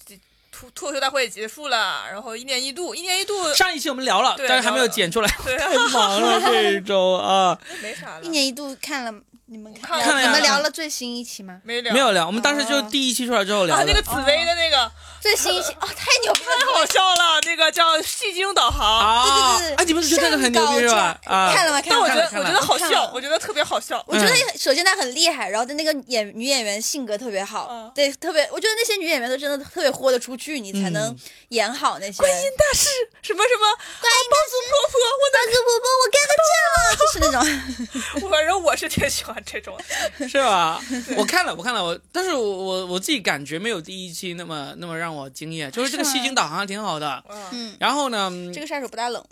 S3: 这脱脱口秀大会结束了，然后一年一度，一年一度，
S1: 上一期我们聊了，
S3: 对
S1: 但是还没有
S3: 聊了
S1: 剪出 来，
S3: 对啊
S1: 太，忙了这一周啊，
S3: 没啥了，
S2: 一年一度看了你们
S3: 看了
S2: 聊
S1: 看了
S2: 你们
S1: 呀
S2: 聊了最新一期吗？
S3: 没聊
S1: 没有聊。我们当时就
S2: 哦
S1: 第一期出来之后聊
S3: 啊，
S1: 的。
S3: 那个紫薇的那个、
S2: 最新一期哦，太牛逼
S3: 太
S2: 了！
S3: 好笑了，那个叫戏精导航。
S1: 啊
S2: 对对对
S1: 啊！你们觉得那个很牛逼是吧？
S2: 上高
S1: 啊，
S2: 看了吗？看
S3: 但
S2: 了
S3: 我
S2: 吗
S3: 觉得，
S1: 看
S3: 我
S1: 了
S3: 觉得好
S2: 看
S3: 笑，
S2: 了
S3: 我觉得特别好笑。
S2: 我觉
S1: 嗯
S2: 得首先她很厉害，然后她那个演女演员性格特别好，
S3: 嗯
S2: 对，特别，我觉得那些女演员都真的特别豁得出去，你才能
S1: 嗯
S2: 演好那些。
S3: 大师什么什么
S2: 观音大主播，我干个这了，就是那种。
S3: 婆婆，我反正我是挺喜欢这种的。
S1: 是吧？我看了，我看了，我但是我我我自己感觉没有第一期那么那么让我惊艳，就是这个
S2: 是吗
S1: 西京导航还挺好的。
S3: 嗯，
S2: 嗯，
S1: 然后呢，嗯
S2: 这个杀手不大冷，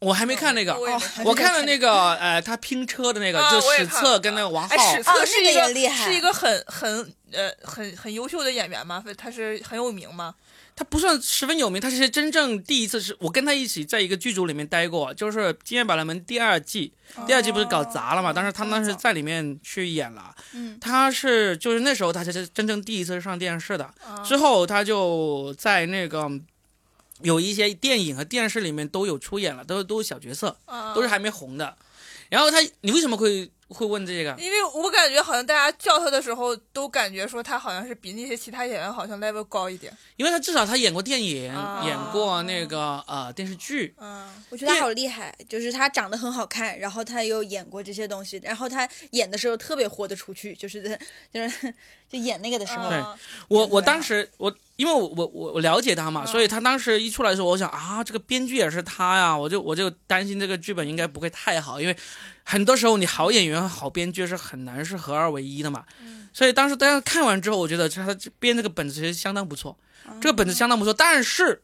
S1: 我还没看那个，
S3: 我也没看
S2: 哦
S1: 我看了那个呃，他拼车的那个，
S3: 啊
S1: 就
S3: 我也
S1: 史
S3: 看
S1: 策
S3: 了
S1: 跟那个王浩
S3: 哎，，史策
S2: 哦
S3: 是
S2: 那
S3: 一
S2: 个也
S3: 个
S2: 厉害
S3: 是一个很很呃很很优秀的演员嘛，他是很有名嘛。
S1: 他不算十分有名，他是真正第一次是我跟他一起在一个剧组里面待过，就是《经验百灵门》第二季，第二季不是搞砸了
S3: 哦
S1: 嘛？但是他当时在里面去演了，
S2: 嗯
S1: 他是就是那时候他才是真正第一次上电视的，
S3: 哦
S1: 之后他就在那个有一些电影和电视里面都有出演了，都都有小角色，
S3: 啊
S1: 都是还没红的。然后他，你为什么会会问这个？
S3: 因为我感觉好像大家叫他的时候，都感觉说他好像是比那些其他演员好像 level 高一点。
S1: 因为他至少他演过电影，
S3: 啊
S1: 演过那个呃电视剧，
S3: 嗯，
S2: 我觉得她好厉害，就是她长得很好看，然后她又演过这些东西，然后她演的时候特别豁得出去，就是在就是 就演那个的时候，
S3: 啊
S1: 我
S2: 明白
S1: 我当时我因为我我我我了解他嘛，
S3: 嗯
S1: 所以他当时一出来的时候，我想啊，这个编剧也是他呀，我就我就担心这个剧本应该不会太好，因为很多时候你好演员和好编剧是很难是合二为一的嘛。
S3: 嗯
S1: 所以当时大家看完之后，我觉得他编这个本子其实相当不错，
S3: 啊
S1: 这个本子相当不错，但是。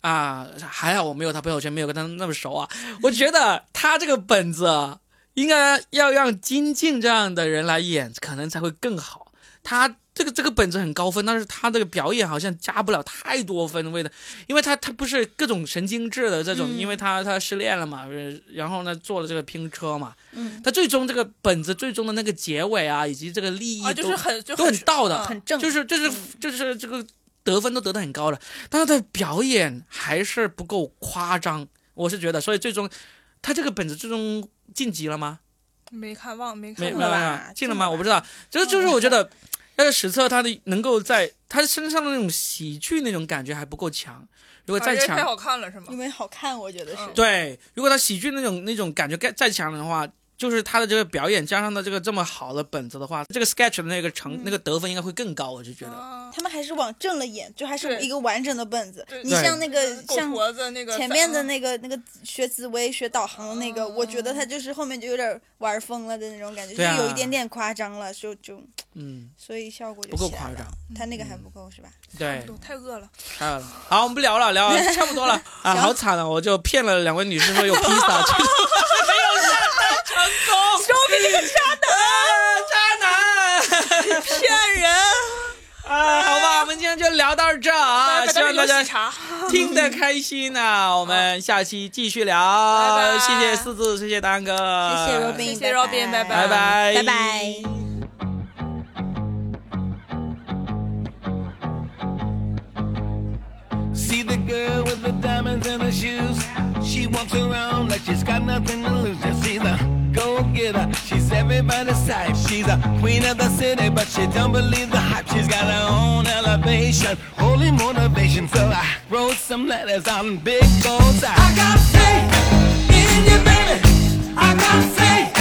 S1: 啊，还好我没有他朋友圈，没有跟他那么熟啊。我觉得他这个本子应该要让金靖这样的人来演，可能才会更好。他这个这个本子很高分，但是他这个表演好像加不了太多分，为了，因为他他不是各种神经质的这种，
S2: 嗯
S1: 因为他他失恋了嘛，呃然后呢做了这个拼车嘛，
S2: 嗯，
S1: 他最终这个本子最终的那个结尾啊，以及这个利益都、
S3: 啊，就是很就
S1: 都很道的
S3: 嗯
S2: 很正，嗯
S1: 就是就是就是这个得分都得的很高了，但是他的表演还是不够夸张，我是觉得，所以最终他这个本子最终晋级了吗？
S3: 没看忘没
S1: 没
S3: 看
S1: 没
S2: 了
S1: 有
S3: 忘。
S2: 吧
S1: 没有进了
S2: 进
S1: 吗？
S2: 了
S1: 我
S2: 吧嗯
S1: 不知道，就就是我觉得，要是史册他的能够在他身上的那种喜剧那种感觉还不够强，如果
S3: 啊
S1: 再
S3: 这太
S1: 强，
S3: 好看了是吗
S2: 因？为好看，我觉得是。
S3: 嗯
S1: 对，如果他喜剧那种那种感觉再再强的话，就是他的这个表演加上他这个这么好的本子的话，这个 sketch 的那个成、
S2: 嗯
S1: 那个得分应该会更高，我就觉
S2: 哦
S1: 得。
S3: 啊
S2: 他们还是往正了演，就还是
S3: 对
S2: 一个完整的本子
S3: 对。
S2: 你
S1: 对
S2: 像那个
S3: 狗
S2: 像
S3: 脖子那个
S2: 前面的
S3: 嗯哦
S2: 那个那个学紫薇学导航的那个，我觉得他就是后面就有点玩疯了的那种感觉，就
S1: 对啊
S2: 有一点点夸张了，就就
S1: 嗯，
S2: 所以效果就
S1: 不够
S2: 起来
S1: 夸
S2: 了
S1: 张，嗯
S2: 他那个啊还不够是吧？
S1: 对，
S3: 太饿了，
S1: 太好了。好，我们不聊了，聊了差不多了啊，好惨啊！我就骗了两位女士说有披萨，就是没有上当成功，
S3: 周斌这个渣
S1: 啊渣男。
S3: 骗人，
S1: 啊，好吧，我们今天就聊到这儿啊，希望大家
S3: 喜茶。
S1: 听得开心呐、我们下期继续聊，
S3: 拜拜
S1: 谢谢四字，谢谢丹哥，
S2: 谢谢 Robin，
S3: 嗯谢谢 Robin，拜
S1: 拜拜，
S4: 拜拜。
S5: See the girl with the diamonds and the shoes. She walks around like she's got nothing to lose. Just see the go getter. She's everybody's type. She's a queen of the city, but she don't believe the hype. She's got her own elevation, holy motivation. So I wrote some letters on big goals. I got faith in you, baby. I got faith.